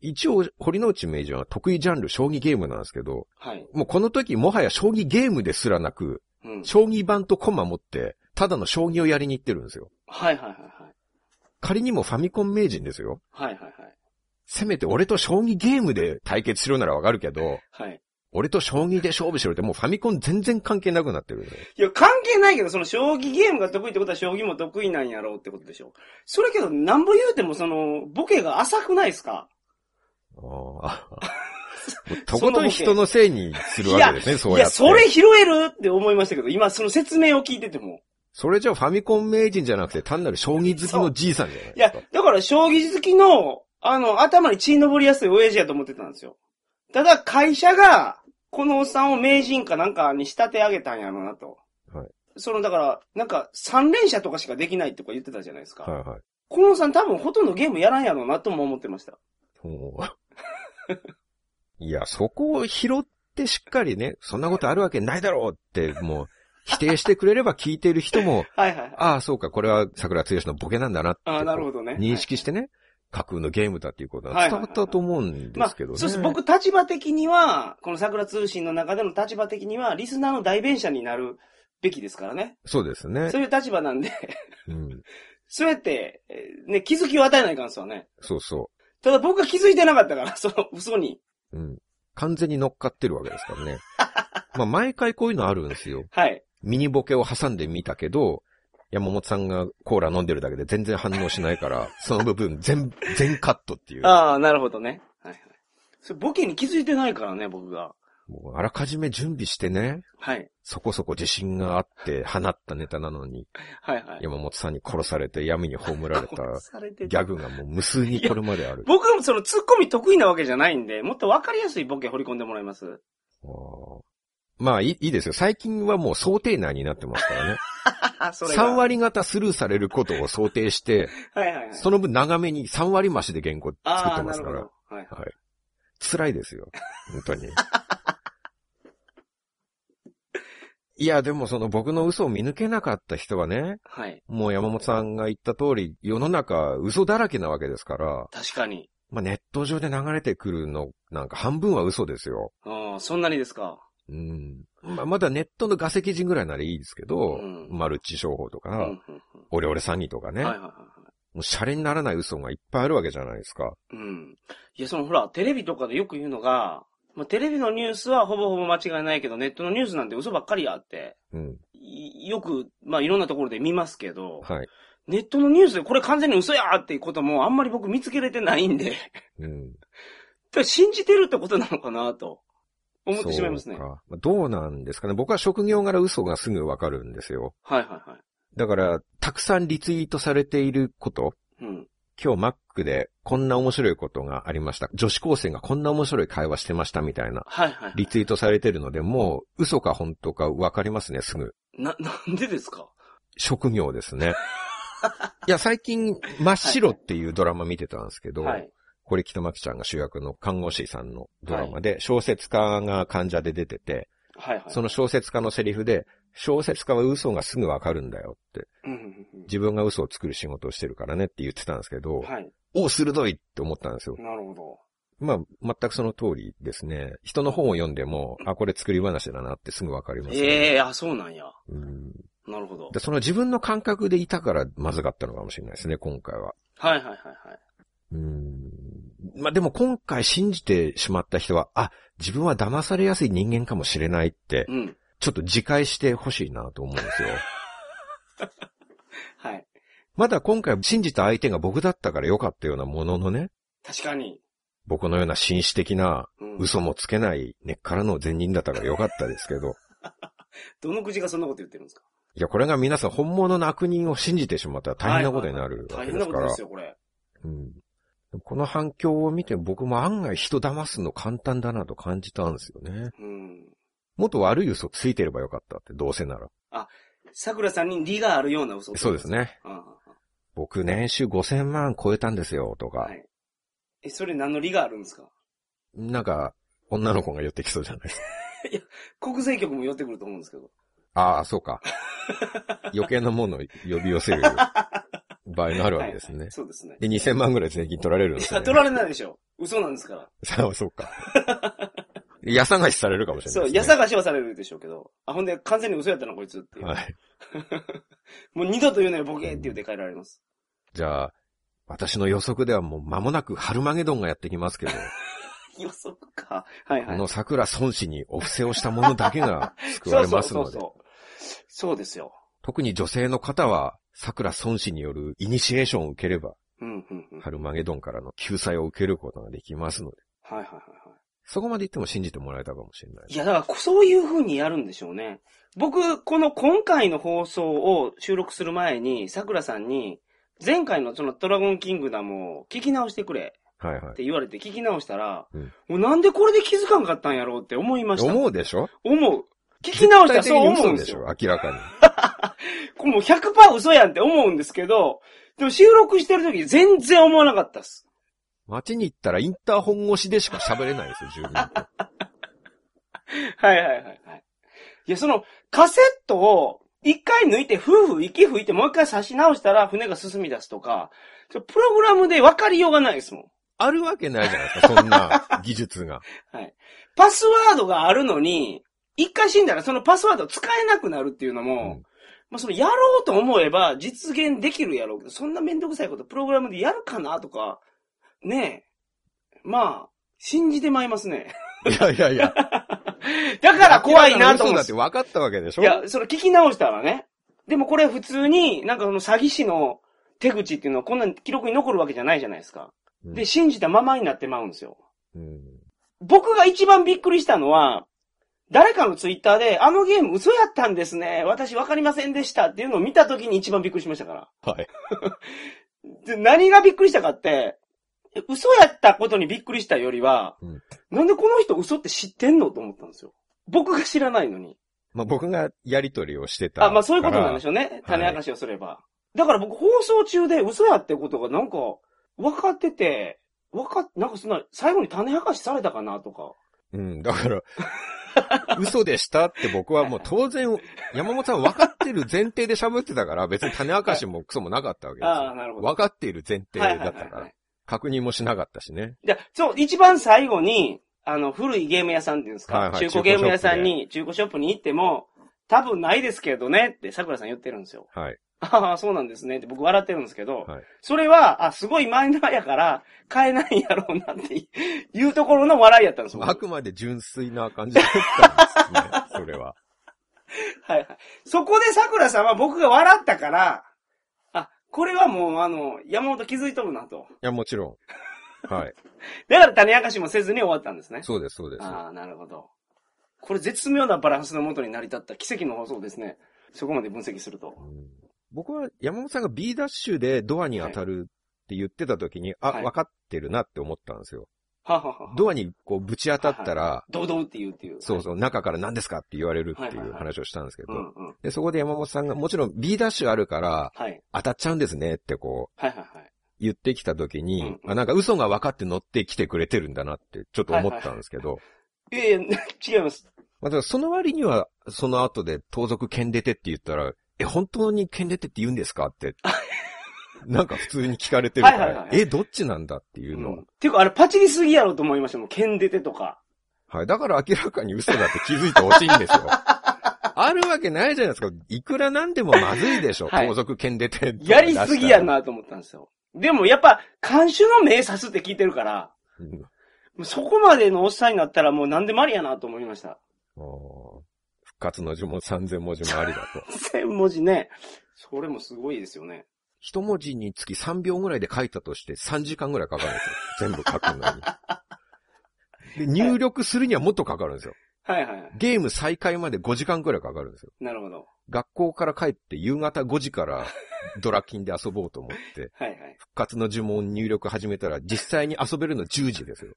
一応、堀之内名人は得意ジャンル、将棋ゲームなんですけど、はい。もうこの時もはや将棋ゲームですらなく、うん。将棋盤とコマ持って、ただの将棋をやりに行ってるんですよ。はいはいはいはい。仮にもファミコン名人ですよ。はいはいはい。せめて俺と将棋ゲームで対決しろならわかるけど、はい。俺と将棋で勝負しろってもうファミコン全然関係なくなってるんで。いや、関係ないけど、その、将棋ゲームが得意ってことは、将棋も得意なんやろうってことでしょ。それけど、なんぼ言うても、その、ボケが浅くないですかあーもうとことん人のせいにするわけですね、そういやや、って。それ拾えるって思いましたけど、今、その説明を聞いてても。それじゃファミコン名人じゃなくて単なる将棋好きのじいさんじゃないいですやか。、だから、将棋好きの、あの、頭に血登りやすい親父やと思ってたんですよ。ただ、会社が、このおっさんを名人かなんかに仕立て上げたんやろうなと。はいその、だから、なんか、三連射とかしかできないとか言ってたじゃないですか。はいはい。このおっさん多分ほとんどゲームやらんやろうなとも思ってました。もういや、そこを拾ってしっかりね、そんなことあるわけないだろうって、もう、否定してくれれば聞いてる 人も、はいはいはい。ああ、そうか、これは桜剛のボケなんだなって、ああ、なるほどね。認識してね、架空のゲームだっていうことが伝わったと思うんまであ、すけそうどね。です。僕、立場的には、この桜通信の中での立場的には、リスナーの代弁者になるべきですからね。そうですね。そういう立場なんで、うん。そうやって、えーね、気づきを与えないかんすわね。そうそただ僕が気づいてなかったから、そ の嘘に。う。うん。完全に乗っかってるわけですからね。まあ、毎回こういうのあるんですよ。はい。ミニボケを挟んでみたけど、山本さんがコーラ飲んでるだけで全然反応しな いから、その部分全、全カットっていう。ああ、なるほどね。はいはい。それボケに気づいてないからね、僕が。もうあらかじめ準備してね、はい。そこそこ自信があって放ったネタなのに、はいはい。山本さんに殺されて闇に葬られ たされてギャグがもう無数にこれまで ある。僕もそのツッコミ得意なわけじゃないんで、もっとわかりやすいボケ掘り込んでもらいます。あーまあいいいいですよ。最近はもう想定内になってますから ね。それが3。割方スルーされることを想 定して、はいはいはい。その分長めに3割増しで原稿作あってあ、まなするかほらど。。はい。辛いですよ。本当に。いや、でもその僕の嘘を見抜けなかった人はね、はい。もう山本さんが言った通り、世の中嘘だらけなわけですから、確かに。まあネット上で流れてくるの、なんか半分は嘘ですよ。うん、そんなにですか。うん。まあまだネットの画石人ぐらいならいいですけど、うんマルチ商法とうか、んうんうんオレオレ詐欺とかね、はいはいはい。もうシャレにならない嘘がいっぱいあるわけじゃないですか。うん。いや、そのほら、テレビとかでよく言うのが、まあ、テレビのニュースはほぼほぼ間違いないけど、ネットのニュースなんて嘘ばっかりやって、うん。いよく、まあ、いろんなところで見ますけど、はい。ネットのニュースでこれ完全に嘘やーっていうこともあんまり僕見つけれてないんで、 うん。だから信じてるってことなのかなと、思ってしまいますね。そうはいか。まあどうなんですかね。僕は職業柄嘘がすぐわかるんですよ。はいはだから、たくさんリツイートされていること、い。うん。今日マックでこんな面白いことがありました。女子高生がこんな面白い会話してましたみたいな。はいはいはい。リツイートされてるので、もう嘘か本当かわかりますね、すぐ。な、なんでですか職業で すね。いや、最近、真っ白っていうドラマ見てたんですけど、はい。堀北真希ちゃんが主役の看護師さんのドラマで、小説家が患者で出てて、はいはい。その小説家のセリフで、小説家は嘘がすぐわかるんだよって、うんうんうん自分が嘘を作る仕事をしてるからねって言ってたんですけど、はい。お、鋭いって思ったんですよ。なるほど。まあ、全くその通りですね。人の本を読んでも、あ、これ作り話だなってすぐわかります、ええあ、そうなんや。うんなるほどで。その自分の感覚でいたからまずかったのかもしれないですね、今回は。はいはいはいはい。うん。まあ、でも今回信じてしまった人は、あ、自分は騙されやすい人間かもしれないって、うん。ちょっと自戒してほしいなと思うんですよ。はい。まだ今回信じた相手が僕だったから良かったようなもののね、確かに。僕のような紳士的なうん。嘘もつけない根っからの善人だったから良かったですけど、どの口がそんなこと言ってるんですかいや、これが皆さん本物の悪人を信じてしまったら大変なことになるわ大変けでなすこかとでらす。よ、これ。うんこの反響を見て僕も案外人騙すの簡単だなと感じたんですよね。うん。もっと悪い嘘ついてればよかったって、どうせなら。桜さんに利があるような嘘そうですね。ね。あ僕年収5000万超えたんですよとか、あはい。え、それ何の利があるんですかなんか女の子が寄ってきそうじゃないですか。国税局も寄ってくると思うんですけど。ああ、そ うか。余計なものを呼び寄せる場合があるわけですはいはねい。そうですね。で、2000万ぐらい税金取られるんでいすやね。取られないでしょ。嘘なんですから。さあ、そうか。やさがしされるかもしれなそ、いうでやすね、さがしはされるでしょうけど。あ、ほんで、完全に嘘やったな、こいつっていう。はい。もう二度と言うなよ、ボケって言って帰られます。じゃあ、私の予測ではもう間もなく春マゲドンがやってきますけど、予測か。はいはこい。の桜孫子にお布施をした者だけが救われますので、そうそう。そうですよ。特に女性の方は桜孫子によるイニシエーションを受ければ、うん、うん、うん。はい春マゲドンからの救済を受けることができますので、はいはいはそこまで言っても信じてもらえたかもしれないい。いや、だから、そういう風にやるんでしょうね。僕、この今回の放送を収録する前に、桜さんに、前回のそのドラゴンキングダムを聞き直してくれはいはっい。て言われて聞き直したら、うんもうなんでこれで気づかんかったんやろうって思いました。思うでしょ思う。聞き直したらそ絶対的うに思う嘘んでですしよょ。明らかに。これもう100%嘘やんって思うんですけど、でも収録してる時全然思わなかったっす。街に行ったらインターホン越しでしか喋れないですよ、住民と。はいはいはいはい。いや、その、カセットを一回抜いて、夫婦息吹いてもう一回差し直したら船が進み出すとか、ちょプログラムで分かりようがないですもん。あるわけないじゃないですか、そんな技術が。パスワードがあるのに、一回死んだらそのパスワード使えなくなる っていうのも、うんまあそのやろうと思えば実現できるやろうけど、そんなめんどくさいことプログラムでやるかなとか、ねえ。まあ、信じてまいります ね。いやいやいや。だから怖いなと思う明らかに嘘んでだっすて。分かったわけでしょいや、それ聞き直したらね。でもこれ普通に、なんかその詐欺師の手口っていうのはこんなに記録に残るわけじゃないじゃないですか。うんで、信じたままになってまうんですよ。うん僕が一番びっくりしたのは、誰かのツイッターで、あのゲーム嘘やったんですね。私わかりませんでしたっていうのを見た時に一番びっくりしましたから。はい。で何がびっくりしたかって、嘘やったことにびっくりしたよりは、うんなんでこの人嘘って知ってんのと思ったんですよ。僕が知らないのに。まあ僕がやりとりをしてたから。あ、まあそういうことなんでしょょうね。種明かしをすれば。だから僕放送中で嘘やってことがなんか分かってて、分かっ、なんかそんな、最後に種明かしされたかなとか。う。うん、だから、嘘でしたって僕はもう当然、山本さん分かってる前提で喋ってたから、別に種明かしもクソもなかったわけで すああ、よ。なるほど。分かっている前提はいだはっいはたいかはらい。、確認もしなかったしね。でそう、一番最後に、あの、古いゲーム屋さんっていうんですか、はいはい中古ゲーム屋さんに、中古ショップに行っても、多分ないですけどねって桜さん言ってるんですよ。 はい。ああ、そうなんですねって僕笑ってるんですけど、はいそれは、あ、すごいマイナーやから、買えないんやろうなっていうところの笑いやったんです よ。あくまで純粋な感じだったんですね、それ は。はいはい。そこで桜さんは僕が笑ったから、あ、これはもうあの、山本気づいとるなと。いや、もちろん。 はい。だから種明かしもせずに終わったんですね。そうです、そうです。ああ、なるほど。これ絶妙なバランスのもとに成り立った奇跡の放送ですね。そこまで分析するとう。ん僕は山本さんが B ダッシュでドアに当たるって言ってた時に、あ、はい分かってるなって思ったんですよ。はははは。ドアにこうぶち当たったら、堂々って言うっていう。そうそう、中から何ですかって言われるってはいいうはい話をしたんですけうんど、うん。はい。で、そこで山本さんが、もちろん B ダッシュあるから、はい当たっちゃうんですねってこう、はいはい。言ってきた時うにん、うんあ、なんか嘘が分かって乗ってきてくれてるんだなって、ちょっと思ったんですけど、いやいや、違います。まあ、だからその割には、その後で盗賊剣出てって言ったら、え、本当に剣出てって言うんですか って。なんか普通に聞かれてるから、はいはいはいえ、どっちなんだっていううのは、ん、ていうか、あれパチリすぎやろと思いましたもん。剣出てとか。はい。だから明らかに嘘だって気づいてほしい んですよ。あるわけないじゃないですか。いくらなんでもまずいでしょ。はい盗賊剣出てってやりすぎや。なと思ったんですよ。でもやっぱ、監修の名刺って聞いてるから、うんもうそこまでのおっさんになったらもう何でもありやなと思いました。 あー復活の呪文3000文字もありだと。 1000文字ね。それもすごいですよね。一文字につき3秒ぐらいで書いたとして3時間ぐらいかかるんですよ。全部書くのに。で、入力するにはもっとかかるんですよ。はいはいはい。ゲーム再開まで5時間くらいかかるんですよ。なるほど。学校から帰って夕方5時からドラキンで遊ぼうと思って、はいはい。復活の呪文入力始めたら実際に遊べるの10時ですよ。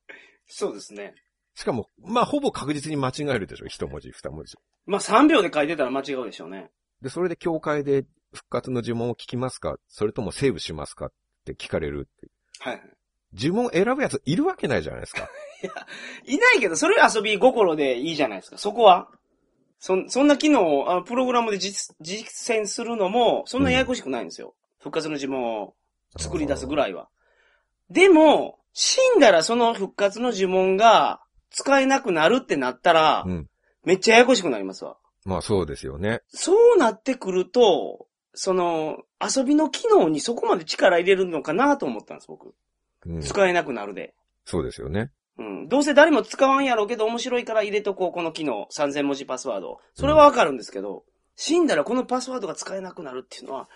そうですね。しかも、まあほぼ確実に間違えるでしょ。一文字、二文字。まあ3秒で書いてたら間違うでしょうね。で、それで教会で復活の呪文を聞きますかそれともセーブしますかって聞かれるっていう。はいはい。呪文選ぶやついるわけないじゃないですか。いないけど、それ遊び心でいいじゃないですか。そこは。そん、そんな機能を、あプログラムで実、実践するのも、そんなややこしくないんですよ。復活の呪文を作り出すぐらいは。でも、死んだらその復活の呪文が使えなくなるってなったら、うんめっちゃややこしくなりますわ。まあそうですよね。そうなってくると、その、遊びの機能にそこまで力入れるのかなと思ったんです、僕。うん、使えなくなるで。そうですよね。うん。どうせ誰も使わんやろうけど面白いから入れとこう、この機能。3000文字パスワード。それはわかるんですけど、死んだらこのパスワードが使えなくなるっていうのは、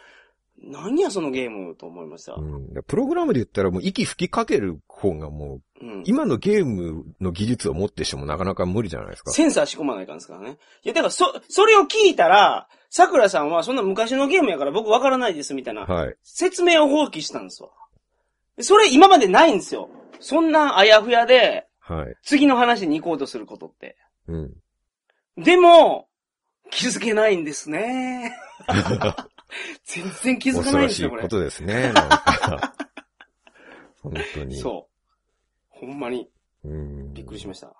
何やそのゲームと思いました。うん、プログラムで言ったらもう息吹きかける方がもう、うん。今のゲームの技術を持ってしてもなかなか無理じゃないですか。センサー仕込まないかんですからね。いや、だからそ、それを聞いたら、桜さんはそんな昔のゲームやから僕わからないですみたい な、はい。説明を放棄したんですわ。それ今までないんですよ。そんなあやふやで、はい。次の話に行こうとすることって。 うん。でも、気づけないんですね。全然気づか恐ないんろですしよ、いここれ。とです ね。なんか本当に。そう。ほんまに、うん。びっくりしました。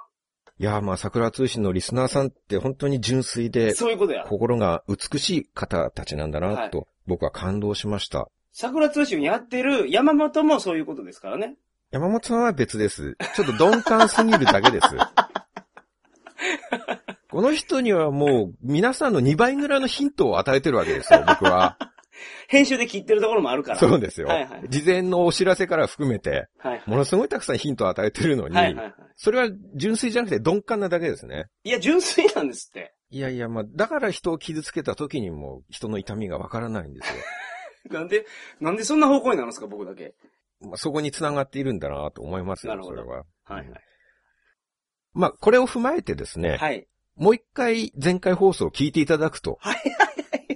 いや、まあ、桜通信のリスナーさんって本当に純粋で、そういうことや。心が美しい方たちなんだな、と、僕は感動しました。桜通信やってる山本もそういうことですからね。山本さんは別です。ちょっと鈍感すぎるだけです。 この人にはもう、皆さんの2倍ぐらいのヒントを与えてるわけですよ、僕は。 編集で切ってるところもあるから。そうですよ、はいはい事前のお知らせから含めて、はいものすごいたくさんヒントを与えてるのに、はいはいはい。それは純粋じゃなくて鈍感なだけですね。いや、純粋なんですって。いやいや、まあ、だから人を傷つけた時にも人の痛みがわからないんですよ。なんで、なんでそんな方向になるんですか、僕だけ。まあ、そこに繋がっているんだなと思いますなよ、るそほれどは。はいまあ、これを踏まえてですね、はい。はい。もう一回前回放送を聞いていただくと、はい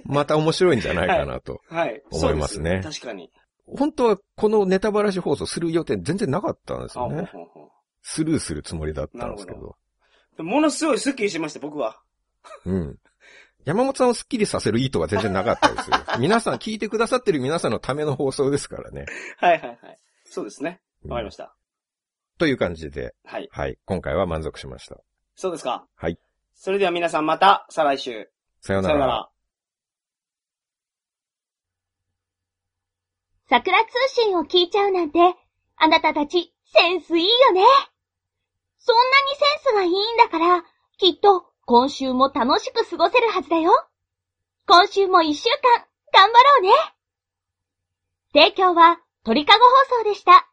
また面白いんじゃないかなと。はい。思いますねそうです確かに。本当はこのネタバラシ放送する予定全然なかったんですあよほうね。ほうほスルーするつもりだったんですけど。なるうでものすごいスッキリしました、僕は。うん。山本さんをスッキリさせる意図は全然なかったで すよ。皆さん、聞いてくださってる皆さんのための放送ですからね。はいはいはい。そうですね。うんわかりました。という感じで、はい。はい。今回は満足しました。そうですか。はい。それでは皆さんまた、再来週。さようさなよなら。ら。桜通信を聞いちゃうなんて、あなたたちセンスいいよね。そんなにセンスがいいんだから、きっと今週も楽しく過ごせるはずだよ。今週も一週間、頑張ろうね。提供は鳥かご放送でした。